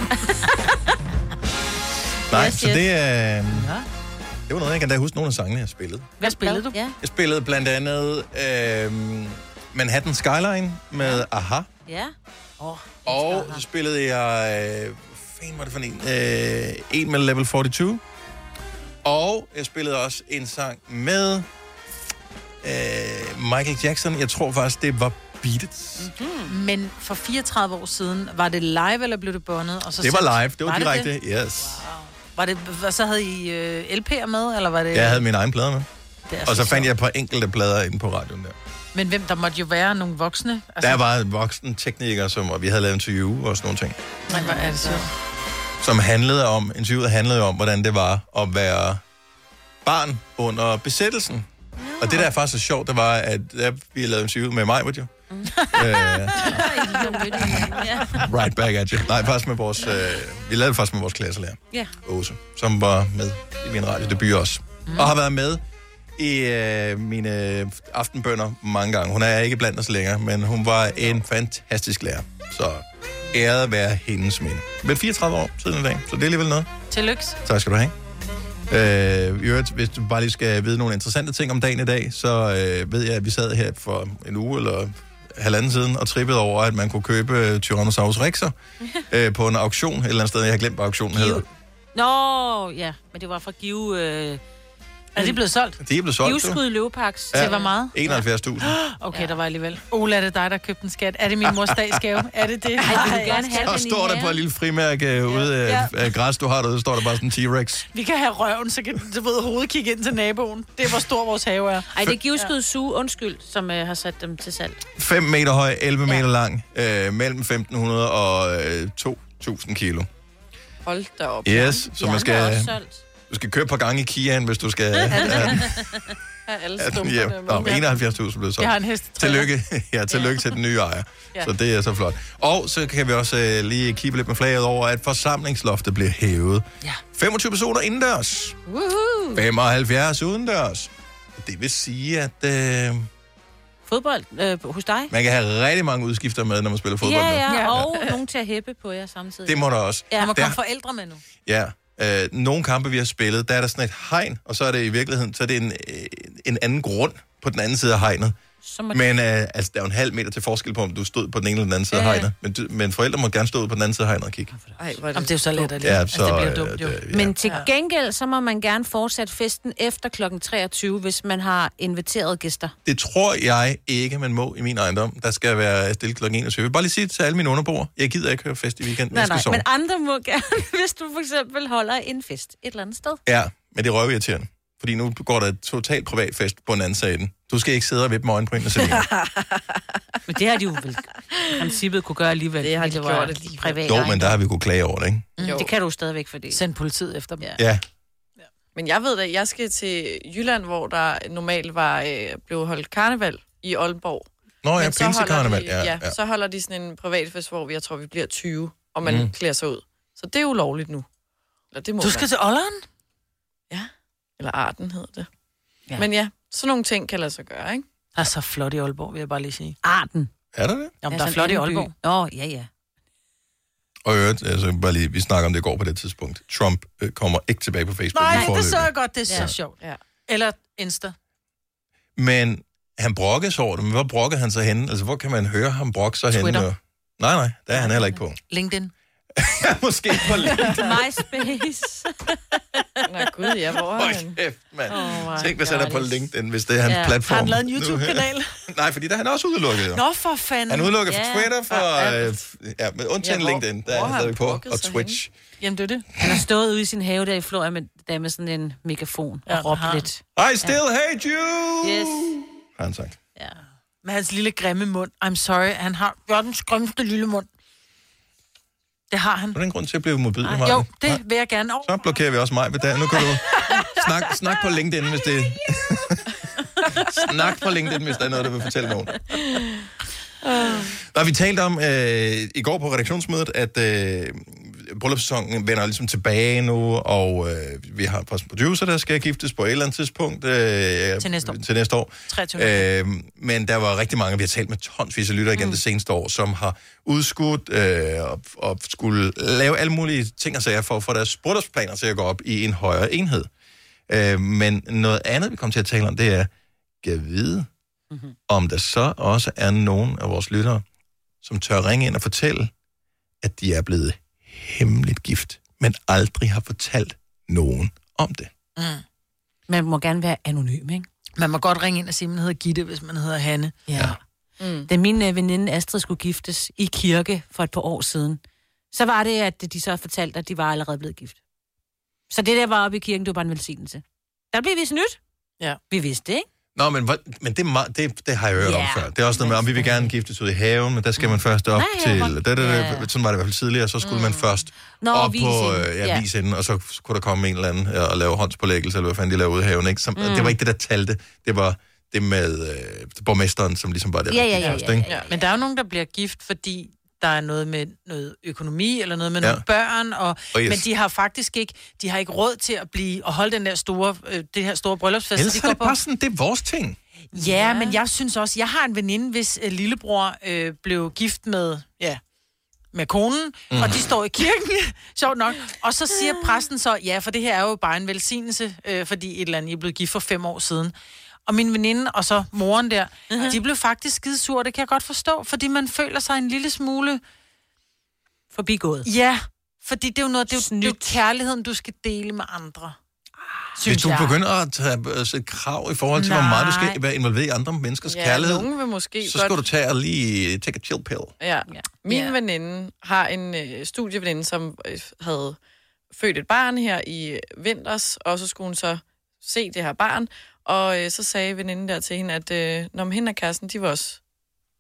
Speaker 1: Nej,
Speaker 3: Yes,
Speaker 1: så
Speaker 3: yes.
Speaker 1: det er... Øh,
Speaker 3: Nå.
Speaker 1: det var noget, jeg kan da huske nogle af sangene, jeg spillede.
Speaker 3: Hvad spillede du? Ja.
Speaker 1: Jeg spillede blandt andet øh, Manhattan Skyline med Aha.
Speaker 2: Ja. Åh,
Speaker 1: Og så spillede jeg... Øh, fanden var det for en? Øh, en med Level 42. Og jeg spillede også en sang med øh, Michael Jackson. Jeg tror faktisk, det var Beat It.
Speaker 3: Mm. Men for 34 år siden, var det live, eller blev det båndet? Og så
Speaker 1: Det var
Speaker 3: sendt?
Speaker 1: live. Det var, direkte.
Speaker 3: Det?
Speaker 1: Yes.
Speaker 3: Var det, og så havde I øh, LP'er med, eller var det...
Speaker 1: Jeg havde mine egne plader med.
Speaker 3: Det er
Speaker 1: Og så
Speaker 3: så
Speaker 1: fandt jeg et par enkelte plader inde på radioen der.
Speaker 3: Men hvem, der måtte jo være nogle voksne. Altså,
Speaker 1: Der var voksen tekniker, som, og vi havde lavet interview og sådan nogle ting,
Speaker 3: Nej, hvor er det sjovt.
Speaker 1: som handlede om, interviewet handlede om, hvordan det var at være barn under besættelsen. Og det, der er faktisk så sjovt, det var, at ja, vi lavede interview med mig, jo. Øh, right back at you. Nej, faktisk med vores, øh, vi lavede det faktisk med vores klasselærer,
Speaker 2: Ja.
Speaker 1: Åse, som var med i min radiodebut også. Mm. Og har været med i øh, mine aftenbønder mange gange. Hun er ikke blandt os længere, men hun var en fantastisk lærer. Så æret være hendes minde. Men 34 år siden i dag, så det er alligevel noget.
Speaker 3: Tillykke.
Speaker 1: Tak skal du have. Øh, I øvrigt, hvis du bare lige skal vide nogle interessante ting om dagen i dag, så øh, ved jeg, at vi sad her for en uge eller halvanden siden og trippede over, at man kunne købe øh, Tyrannosaurus
Speaker 4: (laughs)
Speaker 1: Rexer øh, på en auktion et eller andet sted. Jeg har glemt, hvad auktionen hedder.
Speaker 2: Nå, ja. Men det var fra Give... Øh...
Speaker 3: Er de blevet solgt?
Speaker 1: De er blevet solgt,
Speaker 2: Livskud i
Speaker 1: du.
Speaker 2: Løveparks.
Speaker 1: Ja.
Speaker 2: Det var meget.
Speaker 1: 71.000.
Speaker 3: Okay, der var alligevel. Ola, er det dig, der købte en skat? Er det min mors dagsgave? Er det det?
Speaker 2: Ej, jeg vil gerne have
Speaker 1: Og står der på et lille frimærke øh, ude af, af græs, du har derude, står der bare sådan en T-Rex.
Speaker 3: Vi kan have røven, så kan du ved, hovedet kigge ind til naboen. Det er, hvor stor vores have er.
Speaker 2: Ej, det er Giveskud Suge, undskyld, som øh, har sat dem til salg.
Speaker 1: 5 meter høj, 11 meter lang, øh, mellem 1.500 og øh, 2.000 kilo.
Speaker 4: Hold da op.
Speaker 1: Yes, så
Speaker 4: De
Speaker 1: man
Speaker 4: andre er også
Speaker 1: skal,
Speaker 4: solgt.
Speaker 1: du skal køre et par gange i Kiaen, hvis
Speaker 4: (laughs)
Speaker 1: du skal have den-
Speaker 4: Er alle
Speaker 1: have den
Speaker 4: stumperne
Speaker 1: hjem.
Speaker 4: med?
Speaker 1: Nå, 71.000 blev solgt.
Speaker 4: Jeg har en hestetræller.
Speaker 1: Tillykke, ja, tillykke til den nye ejer.
Speaker 4: Ja.
Speaker 1: Så det er så flot. Og så kan vi også øh, lige kigge lidt med flaget over, at forsamlingsloftet bliver hævet. Ja. 25 personer indendørs,
Speaker 2: Woohoo!
Speaker 1: 75 udendørs. Det vil sige, at øh,
Speaker 2: Fodbold øh, hos dig?
Speaker 1: man kan have rigtig mange udskifter med, når man spiller fodbold. nu.
Speaker 2: Ja, ja, og nogen til at hæppe på jer samtidig.
Speaker 1: Det må der også.
Speaker 2: Ja,
Speaker 1: Der må komme Der-
Speaker 3: forældre med nu.
Speaker 1: Ja. Øh, nogle kampe, vi har spillet, der er der sådan et hegn, og så er det i virkeligheden så er det en, øh, en anden grund på den anden side af hegnet.
Speaker 2: Så må
Speaker 1: Men øh, altså, der er jo en halv meter til forskel på, om du stod på den ene eller den anden side af
Speaker 3: Ja, ja.
Speaker 1: hegnet. Men, du, men forældre må gerne stå ud på den anden side af hegnet og kigge.
Speaker 4: Ej, hvor er det,
Speaker 3: Jamen, det er jo så let at lide.
Speaker 1: Ja,
Speaker 3: altså,
Speaker 1: så,
Speaker 3: det bliver
Speaker 1: øh,
Speaker 3: dumt, jo.
Speaker 1: det-
Speaker 2: Ja. Men til gengæld, så må man gerne fortsætte festen efter kl. 23, hvis man har inviteret gæster.
Speaker 1: Det tror jeg ikke, man må i min ejendom. Der skal være stille kl. 21. Jeg vil bare lige sige til alle mine underboer, jeg gider ikke høre fest i weekenden.
Speaker 2: Nej,
Speaker 1: jeg skal
Speaker 2: nej,
Speaker 1: sove.
Speaker 2: men andre må gerne, (laughs) hvis du for eksempel holder en fest et eller andet sted.
Speaker 1: Ja, men det er røvirriterende. Fordi nu går der et totalt privat fest på en anden side af den. Du skal ikke sidde og vippe med øjenbrynene, Selina.
Speaker 2: Men det har de jo vel i princippet kunne gøre alligevel. Det har de
Speaker 4: gjort alligevel.
Speaker 2: Privat
Speaker 1: Jo, men der har vi kunne klage over det, ikke?
Speaker 2: Mm, det kan du jo stadigvæk, fordi...
Speaker 3: Send politiet efter dem. Ja.
Speaker 1: Ja,
Speaker 4: Men jeg ved da, jeg skal til Jylland, hvor der normalt var øh, blev holdt karneval i Aalborg.
Speaker 1: Nå ja,
Speaker 4: Men så holder
Speaker 1: pinsekarneval,
Speaker 4: de-
Speaker 1: ja,
Speaker 4: ja,
Speaker 1: ja.
Speaker 4: Så holder de sådan en privatfest, hvor vi, jeg tror, vi bliver 20, og man
Speaker 1: Mm.
Speaker 4: mm. klæder sig ud. Så det er jo lovligt nu. Eller det må
Speaker 3: Du skal til Olleren?
Speaker 4: Ja. Eller Arten hedder det. Ja. Men ja, sådan nogle ting kan lade sig gøre, ikke?
Speaker 3: Der er så flot i Aalborg, vil jeg bare lige sige.
Speaker 2: Arten.
Speaker 1: Er der det?
Speaker 3: Jamen,
Speaker 2: Ja,
Speaker 3: der er
Speaker 2: sådan
Speaker 3: flot i
Speaker 2: anden by.
Speaker 3: Aalborg.
Speaker 2: Nå, ja, (laughs) ja.
Speaker 1: Og i øvrigt, altså, bare lige, vi snakker om det i går på det tidspunkt. Trump øh, kommer ikke tilbage på Facebook. i
Speaker 3: Nej, det
Speaker 1: forløbet.
Speaker 3: så jeg godt. Det er
Speaker 1: Ja.
Speaker 3: så sjovt. Eller Insta.
Speaker 1: Men han brokkede sig over det, men hvor brokkede han sig henne? Altså, hvor kan man høre ham brokke sig henne?
Speaker 3: Twitter.
Speaker 1: Og- Nej, nej, der er han heller ikke (laughs) på.
Speaker 3: LinkedIn.
Speaker 1: Måske på LinkedIn.
Speaker 2: MySpace.
Speaker 4: Nå, gud, ja, hvor er han?
Speaker 1: kæft, mand.
Speaker 4: Oh my
Speaker 1: Tænk, hvis han er på
Speaker 4: God.
Speaker 1: LinkedIn, hvis det er hans
Speaker 4: Ja.
Speaker 1: platform.
Speaker 4: Har han lavet en
Speaker 1: nu. (laughs)
Speaker 4: YouTube-kanal?
Speaker 1: nej, fordi der er han også udelukket. jo.
Speaker 3: Nå, for fanden.
Speaker 1: Han er udelukket fra
Speaker 3: Ja.
Speaker 1: Twitter, for, øh, f- ja, men undtagen
Speaker 2: Ja, hvor-
Speaker 1: LinkedIn, der
Speaker 2: hvor
Speaker 1: er
Speaker 2: har
Speaker 1: han
Speaker 2: han
Speaker 1: stadig på,
Speaker 2: brokket
Speaker 1: og
Speaker 2: sig
Speaker 1: Twitch.
Speaker 3: Jamen, det er det.
Speaker 2: Han har stået ude i sin have der i Florida med, der med sådan en megafon og råbt lidt.
Speaker 1: I still hate you!
Speaker 2: Yes.
Speaker 1: Har han sagt.
Speaker 3: Med hans lille grimme mund. I'm sorry, han har verdens grimmeste lille mund. Det har han.
Speaker 1: Der er ingen grund til at blive modbydelig,
Speaker 3: Nej, jo,
Speaker 1: Maja.
Speaker 3: det vil jeg gerne. Oh,
Speaker 1: Så blokerer vi også mig ved dag. Nu kan du snak, snak på LinkedIn, hvis det Snak på LinkedIn, hvis der er noget, du vil fortælle nogen. Nå, vi talte om øh, i går på redaktionsmødet, at øh, bryllupssæsonen vender ligesom tilbage nu, og øh, vi har en pres- producer, der skal giftes på et eller andet tidspunkt. Øh,
Speaker 3: Til næste år.
Speaker 1: Til næste år.
Speaker 3: 23.
Speaker 1: Øh, men der var rigtig mange, vi har talt med tonsvis af lyttere igennem mm. det seneste år, som har udskudt øh, og, og skulle lave alle mulige ting og sager for at få deres bryllupsplaner til at gå op i en højere enhed. Øh, men noget andet, vi kom til at tale om, det er, kan vide, mm-hmm. om der så også er nogen af vores lyttere, som tør ringe ind og fortælle, at de er blevet hemmeligt gift, men aldrig har fortalt nogen om det.
Speaker 3: Mm.
Speaker 2: Man må gerne være anonym, ikke?
Speaker 3: Man må godt ringe ind og sige, at man hedder Gitte, hvis man hedder Hanne.
Speaker 2: Ja. Mm. Da min øh, veninde Astrid skulle giftes i kirke for et par år siden, så var det, at de så fortalte, at de var allerede blevet gift. Så det der var oppe i kirken, det var bare en velsignelse. Der blev vi snydt.
Speaker 3: Ja.
Speaker 2: Vi vidste, ikke?
Speaker 1: Nå, men, hvor- men det, er meget- det, det har jeg hørt yeah. om
Speaker 2: Ja.
Speaker 1: før. Det er også noget med, om vi vil gerne giftes ud i haven, men der skal man først op
Speaker 2: ja,
Speaker 1: til...
Speaker 2: hvor-
Speaker 1: Da, da, da,
Speaker 2: Ja.
Speaker 1: Sådan var det i hvert fald tidligere, så skulle mm. man først
Speaker 2: Nå,
Speaker 1: op
Speaker 2: vise
Speaker 1: på
Speaker 2: hende.
Speaker 1: øh, ja,
Speaker 2: Ja.
Speaker 1: vise inden, og så kunne der komme en eller anden øh, og lave håndspålæggelse, eller hvad fanden de lavede ude i haven. Ikke? Som, mm.
Speaker 2: Mm.
Speaker 1: Det var ikke det, der talte. Det var det med øh, borgmesteren, som ligesom var det. der gik først, ikke?
Speaker 3: Men der er jo nogen, der bliver gift, fordi der er noget med noget økonomi, eller noget med
Speaker 1: Ja.
Speaker 3: ja. nogle børn, og,
Speaker 1: Og yes.
Speaker 3: yes. men de har faktisk ikke, de har ikke råd til at blive, og holde den der store, øh, det her store bryllupsfest.
Speaker 1: Ellers
Speaker 3: de
Speaker 1: er det bare sådan, det er vores ting.
Speaker 3: Ja, ja, men jeg synes også, jeg har en veninde, hvis øh, lillebror øh, blev gift med, ja, med konen,
Speaker 6: Mm.
Speaker 3: mm. og de står i kirken, (laughs) sjovt nok, og så siger præsten så, ja, for det her er jo bare en velsignelse, øh, fordi et eller andet, I er blevet gift for fem år siden. Og min veninde og så moren der, mm-hmm. de blev faktisk skide sure, det kan jeg godt forstå, fordi man føler sig en lille smule...
Speaker 2: Forbigået.
Speaker 3: Ja, fordi det er jo noget, det er jo, det er jo kærligheden, du skal dele med andre.
Speaker 1: Hvis
Speaker 3: Synes
Speaker 1: du
Speaker 3: jeg.
Speaker 1: begynder at tage øh, sætte krav i forhold til, Nej. hvor meget du
Speaker 3: Nej.
Speaker 1: skal være involveret i andre menneskers
Speaker 4: Ja,
Speaker 1: kærlighed,
Speaker 4: nogen vil måske
Speaker 1: så skal
Speaker 4: godt-
Speaker 1: du tage og lige take a chill pill.
Speaker 4: Ja. Min ja. veninde har en øh, studieveninde, som øh, havde født et barn her i øh, vinters, og så skulle hun så se det her barn, og øh, så sagde veninden der til hende, at øh, når man hende og kæresten, de var også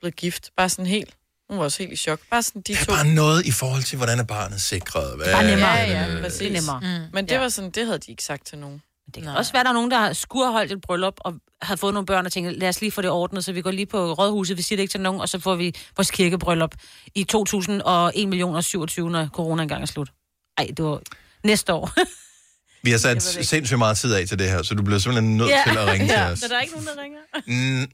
Speaker 4: blevet gift, bare sådan helt. Hun var også helt i chok. Bare sådan de to.
Speaker 1: Bare noget i forhold til, hvordan er barnet sikret. Hvad,
Speaker 4: Ja, ja, præcis.
Speaker 2: Det er nemmere.
Speaker 4: Mm. Men det var sådan, det havde de ikke sagt til nogen.
Speaker 2: Det kan også være, der er nogen, der skulle have holdt et bryllup og havde fået nogle børn og tænkte, lad os lige få det ordnet, så vi går lige på rådhuset, vi siger det ikke til nogen, og så får vi vores kirkebryllup i 2001 millioner 27, når corona engang er slut. Ej, det var næste år.
Speaker 1: Vi har sat sindssygt meget tid af til det her, så du bliver simpelthen nødt til at
Speaker 2: (laughs)
Speaker 1: ringe til os.
Speaker 2: Så der er ikke nogen, der ringer?
Speaker 1: Mm.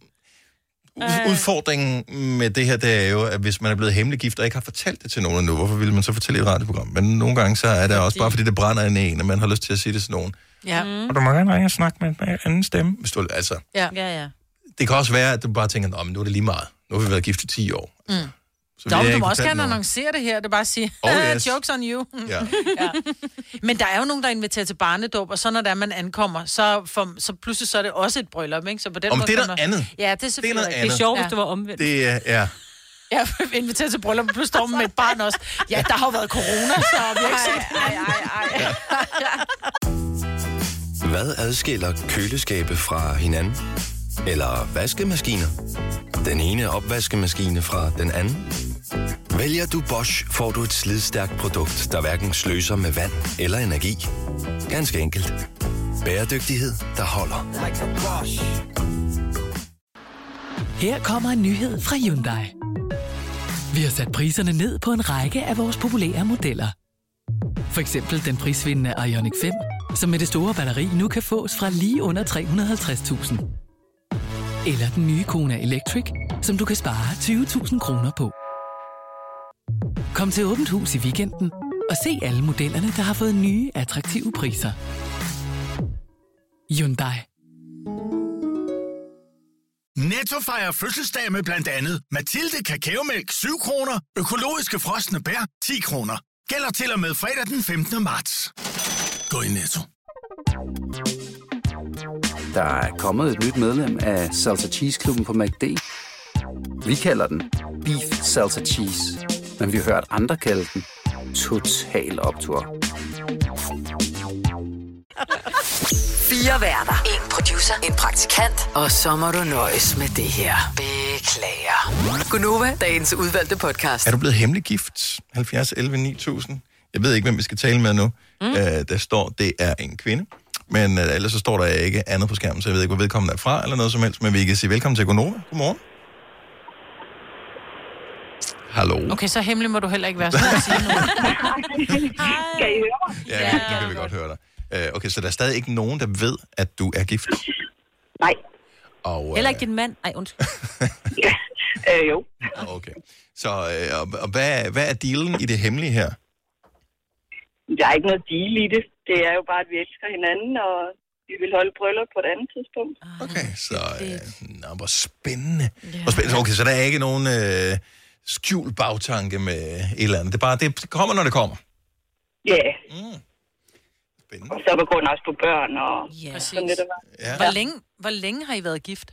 Speaker 1: Ud- Udfordringen med det her, det er jo, at hvis man er blevet hemmelig gift og ikke har fortalt det til nogen endnu, hvorfor ville man så fortælle i et radioprogram? Men nogle gange så er det også bare, fordi det brænder ind i en, og man har lyst til at sige det til nogen.
Speaker 3: Ja. Mm.
Speaker 1: Og du må gerne ringe og snakke med en anden stemme. Hvis du, altså,
Speaker 3: Ja. ja, ja.
Speaker 1: det kan også være, at du bare tænker, "Nå, men nu er det lige meget. Nu har vi været gift i 10 år. Altså,
Speaker 3: Mm.
Speaker 1: Så
Speaker 3: Nå,
Speaker 1: vil jeg
Speaker 3: men du
Speaker 1: ikke
Speaker 3: må også
Speaker 1: fortælle
Speaker 3: gerne
Speaker 1: nogen.
Speaker 3: annoncere det her. Det er bare at sige,
Speaker 1: Oh,
Speaker 3: (laughs) oh,
Speaker 1: yes.
Speaker 3: yes. jokes on you.
Speaker 1: Ja.
Speaker 3: ja. Men der er jo nogen, der inviterer til barnedåb, og så når der man ankommer, så, for, så pludselig så er det også et bryllup, ikke? Så på den
Speaker 1: Om
Speaker 3: måde
Speaker 1: det er
Speaker 3: kan
Speaker 1: noget
Speaker 3: man-
Speaker 1: andet.
Speaker 3: Ja, det er selvfølgelig
Speaker 1: noget
Speaker 3: rigtigt.
Speaker 1: andet. Det er sjovt, hvis
Speaker 3: det var omvendt.
Speaker 1: Det er, ja.
Speaker 3: Jeg (laughs) er inviteret til bryllup, og pludselig står man med et barn også. Ja, der har jo været corona, så vi har ikke set
Speaker 16: Hvad adskiller køleskabe fra hinanden? Eller vaskemaskiner? Den ene opvaskemaskine fra den anden? Vælger du Bosch, får du et slidstærkt produkt, der hverken sløser med vand eller energi. Ganske enkelt. Bæredygtighed, der holder.
Speaker 7: Like a Bosch.
Speaker 17: Her kommer en nyhed fra Hyundai. Vi har sat priserne ned på en række af vores populære modeller. For eksempel den prisvindende Ioniq 5, som med det store batteri nu kan fås fra lige under 350.000. Eller den nye Kona Electric, som du kan spare 20.000 kroner på. Kom til Åbent Hus i weekenden og se alle modellerne, der har fået nye, attraktive priser. Hyundai.
Speaker 18: Netto fejrer fødselsdag med blandt andet Mathilde Kakaomælk 7 kroner, økologiske frosne bær 10 kroner. Gælder til og med fredag den 15. marts. Gå i Netto.
Speaker 19: Der er kommet et nyt medlem af Salsa Cheese Klubben på MACD. Vi kalder den Beef Salsa Cheese, men vi har hørt andre kalde den Total Optor.
Speaker 5: Fire værter. En producer. En praktikant. Og så må du nøjes med det her. Beklager. Gunova, dagens udvalgte podcast.
Speaker 1: Er du blevet hemmelig gift? 70, 11, 9000. Jeg ved ikke, hvem vi skal tale med nu. Mm. Øh, der står, det er en kvinde. Men øh, ellers så står der ikke andet på skærmen, så jeg ved ikke, hvor vedkommende er fra, eller noget som helst. Men vi kan sige velkommen til Gonova. Godmorgen. Hallo.
Speaker 3: (laughs) Okay, så hemmelig må du heller ikke være sådan at
Speaker 20: (laughs)
Speaker 3: sige noget.
Speaker 20: Skal I høre?
Speaker 1: Ja, ja, nu kan vi godt høre dig. Øh, okay, så der er stadig ikke nogen, der ved, at du er gift?
Speaker 20: Nej.
Speaker 1: Og, øh,
Speaker 2: Heller ikke din mand. Ej, undskyld.
Speaker 20: Øh, jo.
Speaker 1: Okay. Så øh, og, og hvad, hvad er dealen i det hemmelige her?
Speaker 20: Der er ikke noget deal i det. Det er jo bare, at vi elsker hinanden, og vi vil holde bryllup på et andet tidspunkt.
Speaker 1: Okay, så... Øh, nå, hvor spændende. Hvor spændende. Okay, så der er ikke nogen øh, skjult bagtanke med et eller andet. Det, er bare, det kommer, når det kommer.
Speaker 20: Ja. Mm. Og så på grund også på børn og
Speaker 3: Ja.
Speaker 20: yeah.
Speaker 3: Præcis.
Speaker 20: sådan lidt af hvert.
Speaker 1: Ja.
Speaker 3: Hvor, længe, hvor længe har I været gift?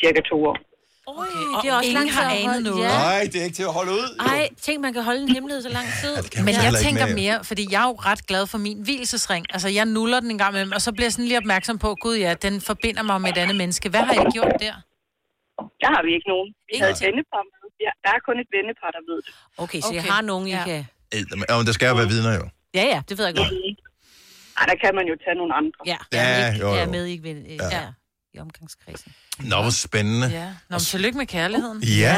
Speaker 20: Cirka to år.
Speaker 2: Okay,
Speaker 3: og
Speaker 2: det er også
Speaker 3: ingen
Speaker 2: langt
Speaker 3: har
Speaker 2: til at
Speaker 3: anet
Speaker 2: holde-
Speaker 3: noget.
Speaker 2: Ja.
Speaker 1: Nej, det er ikke til at holde ud.
Speaker 2: Ej, tænk, man kan holde en hemmelighed så lang tid. Ja,
Speaker 1: kan man
Speaker 3: Men
Speaker 1: så
Speaker 3: jeg
Speaker 1: heller ikke
Speaker 3: tænker
Speaker 1: med-
Speaker 3: mere, fordi jeg er jo ret glad for min hvilesesring. Altså, jeg nuller den en gang imellem, og så bliver jeg sådan lige opmærksom på, gud ja, den forbinder mig med et andet menneske. Hvad har I gjort der?
Speaker 20: Der har vi ikke nogen. Vi havde et vennepar med. Ja, der er kun et vennepar, der ved det.
Speaker 2: Okay, så jeg har nogen, I ja. kan...
Speaker 1: Eddermame. Ja, men der skal jo være vidner, jo.
Speaker 2: Ja, ja, det ved jeg godt.
Speaker 20: Ej, der kan man jo tage nogle andre.
Speaker 2: Ja,
Speaker 1: Ja,
Speaker 2: jeg er, ikke,
Speaker 1: jo, jo.
Speaker 2: jeg er med ikke ved, øh, ja. i omgangskredsen.
Speaker 1: Nå, hvor spændende.
Speaker 3: Ja. Nå, men tillykke med kærligheden.
Speaker 1: Ja.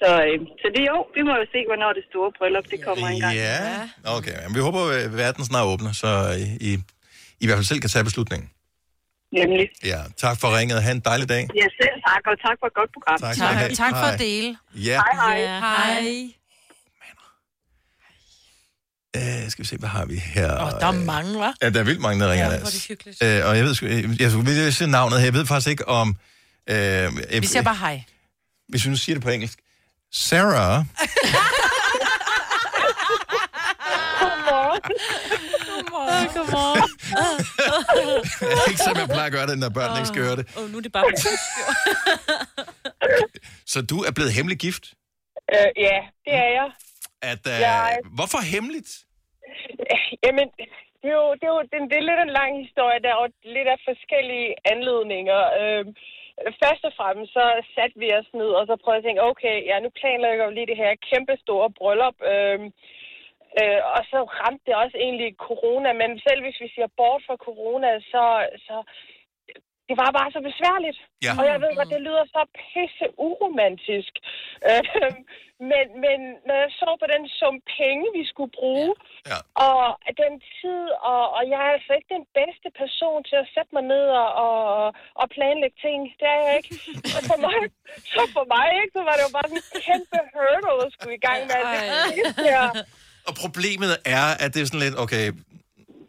Speaker 20: Så, øh, så det jo, vi må jo se, hvornår det store bryllup, det kommer engang.
Speaker 1: Ja. Okay, men vi håber, at verden snart åbner, så øh, I, I, I hvert fald selv kan tage beslutningen.
Speaker 20: Nemlig.
Speaker 1: Ja, tak for ringet. Ha' en dejlig dag.
Speaker 20: Ja, selv tak, og tak for et godt program.
Speaker 1: Tak skal I have.
Speaker 3: Tak for
Speaker 1: Hej.
Speaker 3: at dele.
Speaker 1: Ja.
Speaker 20: Hej,
Speaker 3: Ja, hej.
Speaker 1: Øh, skal vi se, hvad har vi her?
Speaker 3: Og der er mange, hva'?
Speaker 1: Ja, der er vildt mange, der ringer.
Speaker 3: Ja, hvor er
Speaker 1: Lasse.
Speaker 3: det hyggeligt.
Speaker 1: Øh, og jeg ved sgu, jeg, jeg skulle lige sige navnet her. Jeg ved faktisk ikke om... Øh,
Speaker 3: Vi siger bare hej.
Speaker 1: Hvis vi nu siger det på engelsk.
Speaker 3: (laughs)
Speaker 1: Sarah,
Speaker 20: Godmorgen.
Speaker 2: Godmorgen. Godmorgen.
Speaker 1: (laughs) ikke som jeg plejer at gøre det, når børn ikke skal høre det.
Speaker 2: Åh, oh, nu er det bare...
Speaker 1: (laughs) Så du er blevet hemmelig gift?
Speaker 21: Øh, ja, det er jeg. (laughs)
Speaker 1: At, øh,
Speaker 21: Jeg-
Speaker 1: Hvorfor hemmeligt?
Speaker 21: Øh, Jamen, det er jo, det er jo det, det er lidt en lang historie der, og lidt af forskellige anledninger. Øh, først og fremmest, så satte vi os ned, og så prøvede jeg at tænke, okay, ja, nu planlægger vi lige det her kæmpe store bryllup. Øh, øh, og så ramte det også egentlig corona, men selv hvis vi siger bort fra corona, så, så det var bare så besværligt.
Speaker 22: Ja.
Speaker 21: Og jeg ved godt, det lyder så pisse uromantisk. Øh, men, men når jeg så på den sum penge, vi skulle bruge,
Speaker 1: ja.
Speaker 21: og den tid, og, og jeg er altså ikke den bedste person til at sætte mig ned og, og, og planlægge ting. Det er jeg ikke. Så for mig, så for mig ikke, så var det jo bare sådan en kæmpe hurdle at skulle i gang med. alt Det her.
Speaker 1: Og problemet er, at det er sådan lidt, okay,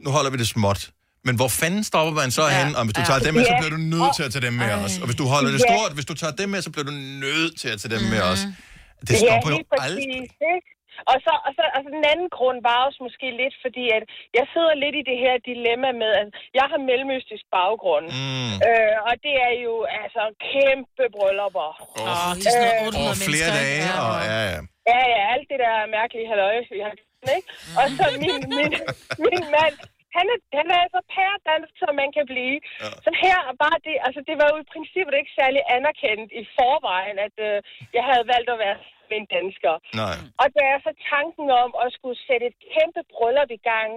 Speaker 1: nu holder vi det småt. Men hvor fanden stopper man så ja. hen? Og hvis du
Speaker 21: Ja.
Speaker 1: tager dem med, så
Speaker 21: Ja.
Speaker 1: bliver du nødt til at tage dem med os. Og hvis du holder det
Speaker 21: Ja. Mhm.
Speaker 1: stort, hvis du tager dem med, så bliver du nødt til at tage dem med os. Det
Speaker 21: ja,
Speaker 1: stopper jo
Speaker 21: lige præcis,
Speaker 1: aldrig.
Speaker 21: Ikke? Og så, og så altså, den anden grund var også måske lidt, fordi at jeg sidder lidt i det her dilemma med, at jeg har mellemøstisk baggrund.
Speaker 1: Mm.
Speaker 21: Øh, og det er jo altså kæmpe bryllupper.
Speaker 1: Åh,
Speaker 21: det er sådan noget
Speaker 1: Over
Speaker 21: 800
Speaker 1: flere
Speaker 21: mennesker,
Speaker 1: dage,
Speaker 21: ikke?
Speaker 1: og ja, ja.
Speaker 21: Ja, ja, alt det der mærkelige halløj, vi har gjort, ikke? Og så min, min, min mand, han er, han er så pæredansk, som man kan blive. Ja. Så her er bare det, altså det var jo i princippet ikke særlig anerkendt i forvejen, at øh, jeg havde valgt at være med en dansker.
Speaker 1: Nej.
Speaker 21: Og da jeg så tanken om at skulle sætte et kæmpe bryllup i gang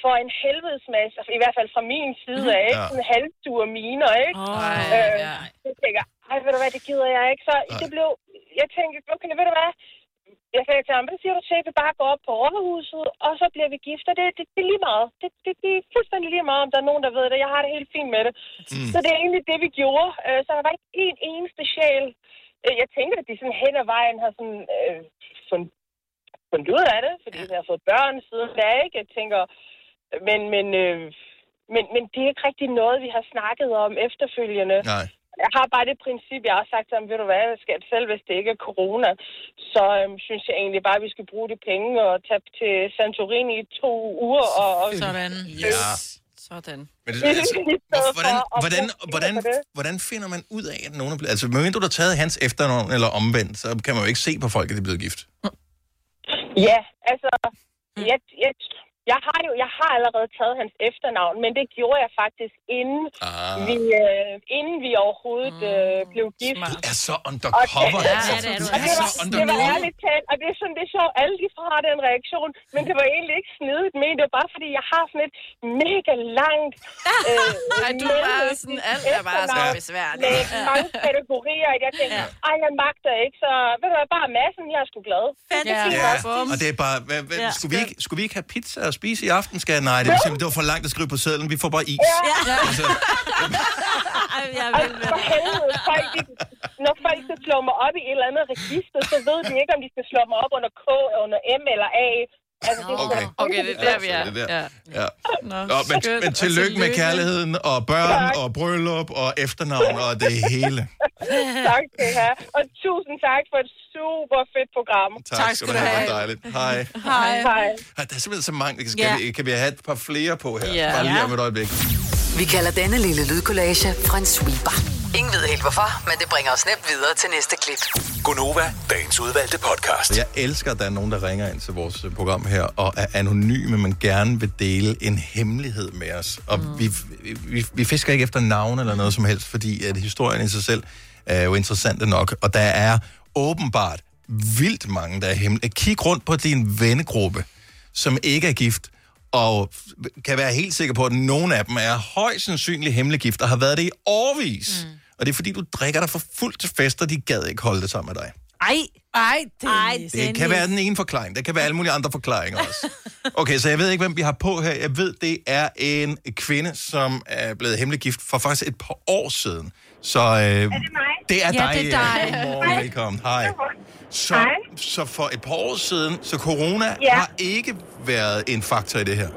Speaker 21: for en helvedes masse, i hvert fald fra min side af, Mhm. ikke? Ja. Sådan halvsure miner, ikke? Ej, øh, Så tænker jeg, ej, ved du hvad, det gider jeg ikke. Så det blev, jeg tænkte, okay, ved du hvad, jeg sagde til ham, hvad siger du til, at vi bare går op på rådhuset, og så bliver vi gift, og det, det, det er lige meget. Det, det, det er fuldstændig lige meget, om der er nogen, der ved det. Jeg har det helt fint med det. Mm. Så det er egentlig det, vi gjorde. Øh, Så der var ikke en eneste sjæl. Øh, Jeg tænker, at de sådan hen ad vejen har sådan, øh, sådan fundet ud af det, fordi jeg har fået børn siden da, ikke? Jeg tænker, men, men, øh, men, men det er ikke rigtig noget, vi har snakket om efterfølgende.
Speaker 1: Nej.
Speaker 21: Jeg har bare det princip, jeg har sagt til ham, ved du hvad, skat, selv hvis det ikke er corona, så øhm, synes jeg egentlig bare, at vi skal bruge de penge og tage til Santorini i to uger. Og, og,
Speaker 3: Sådan.
Speaker 1: Ja.
Speaker 4: Sådan.
Speaker 1: Men det, altså, hvor- hvordan, hvordan, hvordan, hvordan finder man ud af, at nogen er blevet... Altså, medmindre du har taget hans efternavn eller omvendt, så kan man jo ikke se på folk, at de er blevet gift.
Speaker 21: Ja, altså,
Speaker 4: Mm.
Speaker 21: jeg, jeg, jeg, har jo, jeg har allerede taget hans efternavn, men det gjorde jeg faktisk, inden, ah. vi, øh, inden vi overhovedet
Speaker 4: Mm.
Speaker 21: øh, blev gift.
Speaker 1: Du er så undercover,
Speaker 21: Og-
Speaker 1: altså.
Speaker 21: Ja, det er
Speaker 1: Du
Speaker 21: du.
Speaker 1: er
Speaker 21: det,
Speaker 1: så
Speaker 21: var, det var
Speaker 1: undercover.
Speaker 21: ærligt talt, og det er sådan, det er sjovt, alle de har den reaktion, men det var egentlig ikke snedigt men det var bare fordi, jeg har sådan et mega
Speaker 4: (laughs)
Speaker 21: langt... Øh,
Speaker 4: Ej, du er bare sådan, alt er bare så
Speaker 21: efternavn
Speaker 4: besværligt.
Speaker 21: Med
Speaker 4: Ja.
Speaker 21: mange kategorier, at jeg tænkte, ej, jeg magter ikke, så ved du hvad, bare massen, jeg er sgu glad.
Speaker 1: Ja, og det er bare... Hvad, hvad,
Speaker 21: Ja.
Speaker 1: skulle, vi ikke, skulle vi ikke have pizza og spise i aften? Skal jeg? Nej, det var, simpelthen- det var for langt at skrive på sedlen. Vi får bare is.
Speaker 21: Ja.
Speaker 1: Altså,
Speaker 2: Ej, jeg
Speaker 21: Og for helvede, folk, de, når folk skal slå mig op i et eller andet register, så ved de ikke, om de skal slå mig op under K, under M eller A. Altså, det er
Speaker 1: okay.
Speaker 21: okay,
Speaker 4: det er der, vi er.
Speaker 1: Det er der.
Speaker 4: Ja.
Speaker 1: Ja.
Speaker 4: Nå, Altså,
Speaker 1: Nå, men, men tillykke med kærligheden og børn og bryllup og efternavn og det
Speaker 21: (laughs)
Speaker 1: hele.
Speaker 21: tak til jer. Og tusind tak for et super fedt program.
Speaker 1: Tak, tak skal du have. Det var dejligt. Hej.
Speaker 21: Hej. Hej.
Speaker 1: Ej, Der er simpelthen så mange. Skal
Speaker 5: Ja.
Speaker 1: vi, kan vi have et par flere på her?
Speaker 5: Ja.
Speaker 1: Bare lige
Speaker 5: Ja.
Speaker 1: om et øjeblik.
Speaker 5: Vi kalder denne lille lydkollage en sweeper. Ingen ved helt hvorfor, men det bringer os nemt videre til næste klip.
Speaker 7: Gonova, dagens udvalgte podcast.
Speaker 1: Jeg elsker, at der er nogen, der ringer ind til vores øh, program her og er anonyme, men gerne vil dele en hemmelighed med os. Og mm. vi, vi, vi fisker ikke efter navn eller noget som helst, fordi at historien i sig selv er jo interessant nok. Og der er åbenbart vildt mange, der er hemmelige. Kig rundt på din vennegruppe, som ikke er gift, og f- kan være helt sikker på, at nogen af dem er højst sandsynligt hemmelig gift, og har været det i årvis. Mm. Og det er fordi, du drikker dig for fuldt til fester, de gad ikke holde det sammen med dig.
Speaker 2: Ej,
Speaker 3: ej, Dennis.
Speaker 1: Det kan være den ene forklaring. Der kan være alle mulige andre
Speaker 6: (laughs)
Speaker 1: forklaringer også. Okay, så jeg ved ikke, hvem vi har på her. Jeg ved, det er en kvinde, som er blevet hemmelig gift for faktisk et par år siden. Så øh, er det, det er
Speaker 6: Ja,
Speaker 1: dig.
Speaker 6: det er dig.
Speaker 1: Anne. Godmorgen,
Speaker 6: Hej.
Speaker 1: velkommen. Hej. Så,
Speaker 6: Hej.
Speaker 1: så for et par år siden, så corona
Speaker 6: Ja.
Speaker 1: har ikke været en faktor i det her.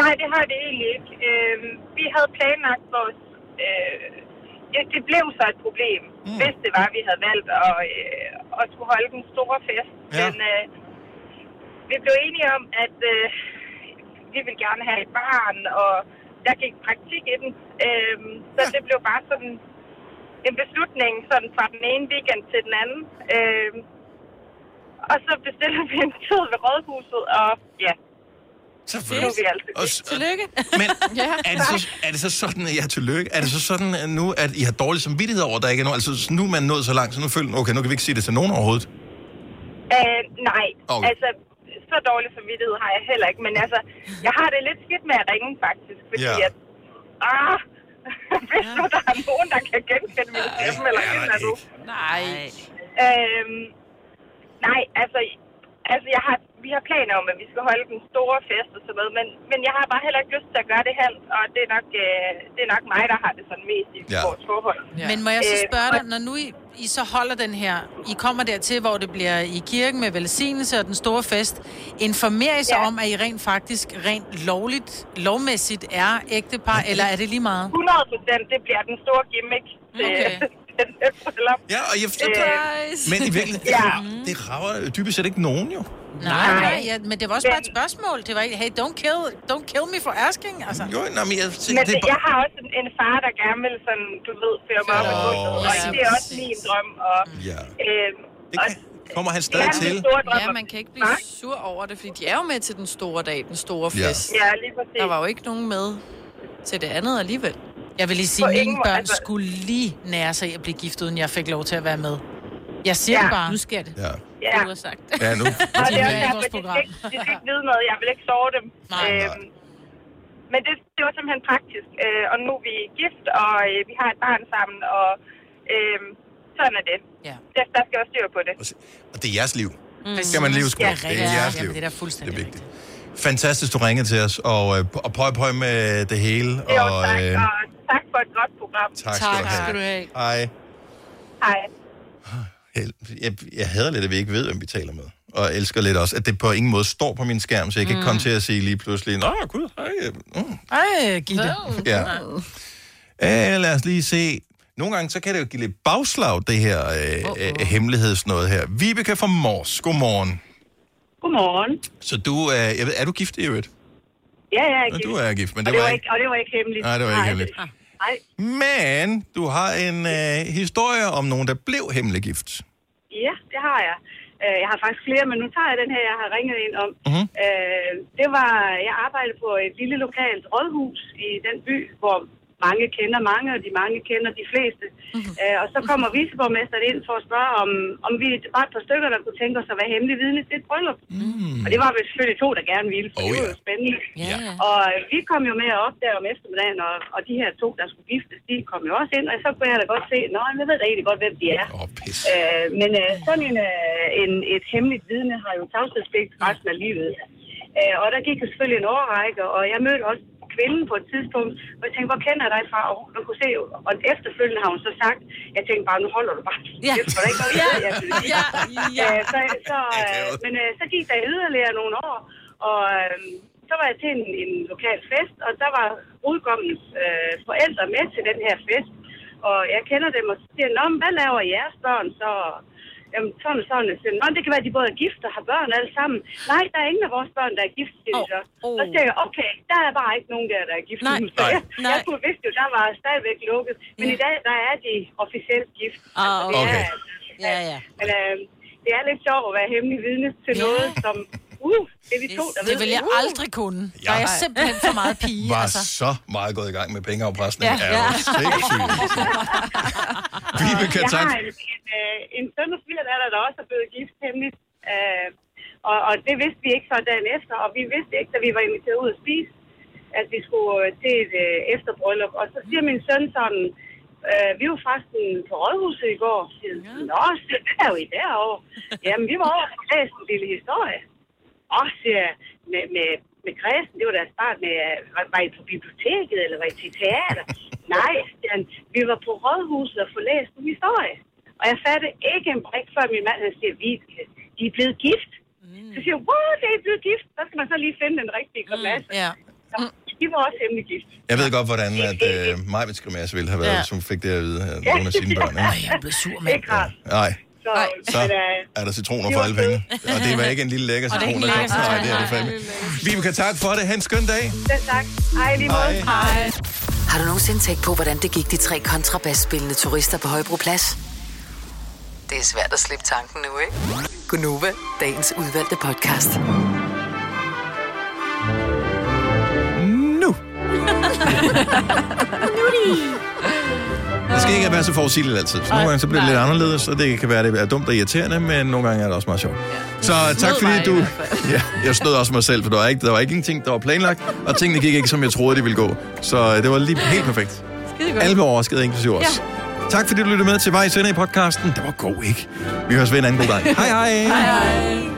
Speaker 6: Nej, det har det egentlig ikke. Øh, vi havde planlagt vores... Øh, ja, det blev så et problem, mm. hvis det var, vi havde valgt at, øh, at skulle holde den store fest. Ja. Men øh, vi blev enige om, at øh, vi ville gerne have et barn, og der gik praktik i den. Øh, så det blev bare sådan en beslutning sådan fra den ene weekend til den anden. Øh, og så bestiller vi en tid ved rådhuset, og ja,
Speaker 1: Selvfølgelig.
Speaker 6: Nu er vi altid
Speaker 1: Og s-
Speaker 6: Tillykke.
Speaker 1: (laughs) Men
Speaker 6: (laughs)
Speaker 1: Er det, så, er det så sådan, at jeg er tillykke? Er det så sådan at nu, at I har dårlig samvittighed over, at der ikke er nogen? Altså, nu er man nået så langt, så nu føler okay, nu kan vi ikke sige det til nogen overhovedet.
Speaker 6: Øh, nej,
Speaker 1: Okay.
Speaker 6: okay. altså så dårlig samvittighed har jeg heller ikke, men altså, jeg har det lidt skidt med at ringe faktisk, fordi
Speaker 1: Ja.
Speaker 6: ja. at, ah, (laughs) hvis nu der er nogen, der kan genkende min stemme, eller
Speaker 1: er der
Speaker 6: hvad er du?
Speaker 4: Nej.
Speaker 6: Øhm, nej, altså, altså jeg har, vi har planer om, at vi skal holde den store fest og sådan noget, men, men jeg har bare heller ikke lyst til at gøre det halvt, og det er nok, øh, det er nok mig, der har det sådan mest i
Speaker 3: Ja.
Speaker 6: ja. vores forhold.
Speaker 3: Ja. Men må jeg så
Speaker 6: Øh,
Speaker 3: spørge
Speaker 6: og-
Speaker 3: dig, når nu I, I så holder den her, I kommer dertil, hvor det bliver i kirken med velsignelse og den store fest, informerer I sig ja. om, at I rent faktisk, rent lovligt, lovmæssigt er ægtepar, eller er det lige meget?
Speaker 6: 100 procent, det bliver den store gimmick. øh, (laughs)
Speaker 3: Okay.
Speaker 1: Ja, og jeg forstår
Speaker 3: Surprise!
Speaker 1: Men i virkeligheden,
Speaker 6: Ja.
Speaker 1: ja. det rager jo dybest set ikke nogen jo.
Speaker 3: Nej, nej, ja, men det var også bare et spørgsmål. Det var ikke, hey, don't kill, don't kill me for asking, altså.
Speaker 1: Jo, nej, men jeg
Speaker 6: Men
Speaker 1: tænker, det
Speaker 6: det,
Speaker 1: er bare...
Speaker 6: jeg har også en, en far, der gerne vil sådan, du ved, føre mig op i gulvet, og
Speaker 1: ja,
Speaker 6: det er også min drøm. Og,
Speaker 1: Ja.
Speaker 6: øhm,
Speaker 1: Det kan, kommer han
Speaker 6: det
Speaker 1: stadig
Speaker 6: er min
Speaker 1: til?
Speaker 6: store drøm.
Speaker 4: Ja, man kan ikke blive sur over det, fordi de er jo med til den store dag, den store
Speaker 1: Ja.
Speaker 4: fest.
Speaker 6: Ja, lige præcis.
Speaker 4: Der var jo ikke nogen med til det andet alligevel.
Speaker 3: Jeg vil lige sige, at mine børn skulle lige nære sig i at blive gift, uden jeg fik lov til at være med. Jeg siger
Speaker 6: Ja.
Speaker 3: det bare. Nu sker det.
Speaker 1: Ja.
Speaker 6: Ja.
Speaker 3: Du har sagt.
Speaker 1: Ja, nu.
Speaker 6: Og det er også
Speaker 3: Ja, i
Speaker 6: derfor,
Speaker 3: vores
Speaker 6: de
Speaker 3: program.
Speaker 6: skal, ikke, de skal ikke vide noget. Jeg vil ikke sove dem.
Speaker 3: Nej, nej.
Speaker 6: Men det, det var simpelthen praktisk. Øh, og nu er vi gift, og øh, vi har et barn sammen, og øh, sådan er det.
Speaker 3: Ja.
Speaker 6: Der, der skal også styr på det.
Speaker 1: Og det er jeres liv. Mm. Skal man leve sgu.
Speaker 3: Ja,
Speaker 1: Det er ikke
Speaker 3: rigtigt.
Speaker 1: jeres
Speaker 3: Jamen,
Speaker 1: liv.
Speaker 3: det er da fuldstændig
Speaker 1: Det er vigtigt. Fantastisk, du ringede til os, og, øh, og pøj pøj med det hele. Og, øh,
Speaker 20: tak for et godt program.
Speaker 1: Tak skal Tak du have. skal du
Speaker 20: have.
Speaker 1: hej.
Speaker 20: Hej.
Speaker 1: Jeg, jeg hader lidt, at vi ikke ved, hvem vi taler med. Og elsker lidt også, at det på ingen måde står på min skærm, så jeg kan
Speaker 3: Mm.
Speaker 1: ikke komme til at sige lige pludselig, Nå, gud, hej. Mm.
Speaker 3: Ej, Gitte.
Speaker 1: Ja. Øh, lad os lige se. Nogle gange, så kan det jo give lidt bagslag, det her øh, øh, hemmelighedsnåde her. Vibeke fra Mors, godmorgen.
Speaker 11: Godmorgen.
Speaker 1: Så du, øh, jeg ved, er du gift i øvrigt?
Speaker 11: Ja, jeg er
Speaker 1: Nå,
Speaker 11: gift.
Speaker 1: du er gift, men
Speaker 11: og
Speaker 1: det
Speaker 11: det
Speaker 1: var
Speaker 11: var
Speaker 1: ikke-
Speaker 11: ikke... Og det var ikke hemmeligt.
Speaker 1: Nej, det var ikke hemmeligt.
Speaker 11: Nej,
Speaker 1: Men du har en øh, historie om nogen, der blev hemmeliggift.
Speaker 11: ja, det har jeg. Øh, Jeg har faktisk flere, men nu tager jeg den her, jeg har ringet ind om.
Speaker 1: Mhm.
Speaker 11: Øh, Det var, jeg arbejdede på et lille lokalt rådhus i den by, hvor mange kender mange, og de mange kender de fleste. Øh, Og så kommer viceborgmesteren ind for at spørge, om, om vi var et par stykker, der kunne tænke os at være hemmelige vidne til et bryllup. Mm. Og det var vi selvfølgelig to, der gerne ville, for oh, det var jo spændende.
Speaker 6: Ja, ja.
Speaker 11: Og øh, vi kom jo med op der om eftermiddagen, og, og de her to, der skulle giftes, de kom jo også ind, og så kunne jeg da godt se, nå, jeg ved da egentlig godt, hvem de er.
Speaker 1: Oh,
Speaker 11: øh, men øh, sådan en, øh, en, et hemmeligt vidne har jo tavshedspligt resten af livet. Øh, og der gik jo selvfølgelig en årrække, og jeg mødte også kvinden på et tidspunkt, og jeg tænkte, hvor kender jeg dig fra? Og hun kunne se, og efterfølgende har hun så sagt, jeg tænkte bare, nu holder du bare. Ja. Det var da ikke noget, jeg ved, jeg ville sige.
Speaker 6: Ja. Ja.
Speaker 11: Øh, Så, så, øh, men øh, så gik der yderligere nogle år, og øh, så var jeg til en, en lokal fest, og der var brudgommens øh, forældre med til den her fest. Og jeg kender dem og så siger, Nå, men hvad laver jeres børn så? Jamen, sådan og sådan. Jeg siger, Nå, det kan være, at de både er gift og har børn alle sammen. Nej, der er ingen af vores børn, der er gift, siger de så. Og så siger jeg, okay, der er bare ikke nogen der, der er gift.
Speaker 6: Nej.
Speaker 11: Så
Speaker 6: Nej.
Speaker 11: jeg, jeg kunne vidste jo, der var stadigvæk lukket. Men i dag, der er de officielt gift. Altså,
Speaker 2: Ah,
Speaker 11: det
Speaker 6: okay.
Speaker 11: Er, ja, ja. Men øh, det er lidt sjovt at være hemmelig vidne til noget, som... Uh, det er vi to, der ved.
Speaker 3: Det vil jeg
Speaker 11: Uh.
Speaker 3: aldrig kunne.
Speaker 11: Ja.
Speaker 3: Ja. Der er jeg simpelthen for meget pige,
Speaker 1: Var
Speaker 3: altså.
Speaker 1: så meget gået i gang med pengeafpresning. Ja. Er jo
Speaker 11: (laughs)
Speaker 1: sindssygt. Vibeke,
Speaker 11: jeg
Speaker 1: tak.
Speaker 11: har en, en, øh, en søn og svigerdatter, der også er blevet gift hemmeligt. Øh, og, og det vidste vi ikke før dagen efter, og vi vidste ikke, da vi var inviteret ud at spise, at vi skulle øh, til et øh, efterbryllup. Og så siger min søn sådan, øh, vi var faktisk på Rådhuset i går. Siger, Nå, siger, hvad er I derovre? Jamen, vi var over og læste en lille historie. Og siger jeg, med, med, med Christen, det var da start med, øh, var, var I på biblioteket, eller var I til (laughs) teater? Nej, siger han, vi var på Rådhuset og få læst en historie. Og jeg fattede ikke en brik, før min mand han siger, vi de er blevet gift. Mm. Så siger jeg, wow, det er blevet gift. Så skal man så lige finde den rigtige kombination. Mm,
Speaker 3: yeah.
Speaker 11: Så de var også hemmelig gift.
Speaker 1: Jeg ved godt, hvordan at, øh, Majbet Skrimasse ville have været,
Speaker 11: Ja.
Speaker 1: ja. som fik det at vide af nogle af sine børn. Ikke?
Speaker 11: Nej, jeg blev sur, mand. Ikke rart.
Speaker 1: Nej,
Speaker 11: Så,
Speaker 1: så
Speaker 11: men, øh,
Speaker 1: er der citroner
Speaker 11: de
Speaker 1: for
Speaker 11: var
Speaker 1: alle penge. Og det var ikke en lille lækker
Speaker 11: Og det er
Speaker 1: citron,
Speaker 11: ikke
Speaker 1: der
Speaker 11: en
Speaker 1: kom. Nej,
Speaker 11: lækker citron,
Speaker 1: det er det
Speaker 11: nej.
Speaker 1: fandme. Vibeke, tak for det. Ha' en skøn dag.
Speaker 11: Selv tak. Hej, lige måde. Hej.
Speaker 5: Har du nogensinde tænkt på, hvordan det gik de tre kontrabasspillende turister på Højbroplads?
Speaker 22: Det er svært at slippe tanken nu, ikke?
Speaker 5: Gunova, dagens udvalgte podcast.
Speaker 1: Nu. Det skal ikke være så forudsigeligt altid. Så nogle gange så bliver det lidt anderledes, og det kan være, det er dumt og irriterende, men nogle gange er det også meget sjovt. Så tak
Speaker 6: snød
Speaker 1: fordi
Speaker 6: mig i
Speaker 1: du...
Speaker 6: hvert
Speaker 1: (laughs) Ja, jeg snød også mig selv, for der var, ikke, der var ikke ingenting, der var planlagt, og tingene gik ikke, som jeg troede, de ville gå. Så øh, det var lige helt perfekt.
Speaker 6: Skidegodt.
Speaker 1: Alle var overrasket, inklusive os.
Speaker 6: (laughs)
Speaker 1: Tak fordi du lyttede med til Vej Sender i podcasten. Det var god, ikke? Vi høres ved en anden god dag. Hej hej!
Speaker 6: hej, hej.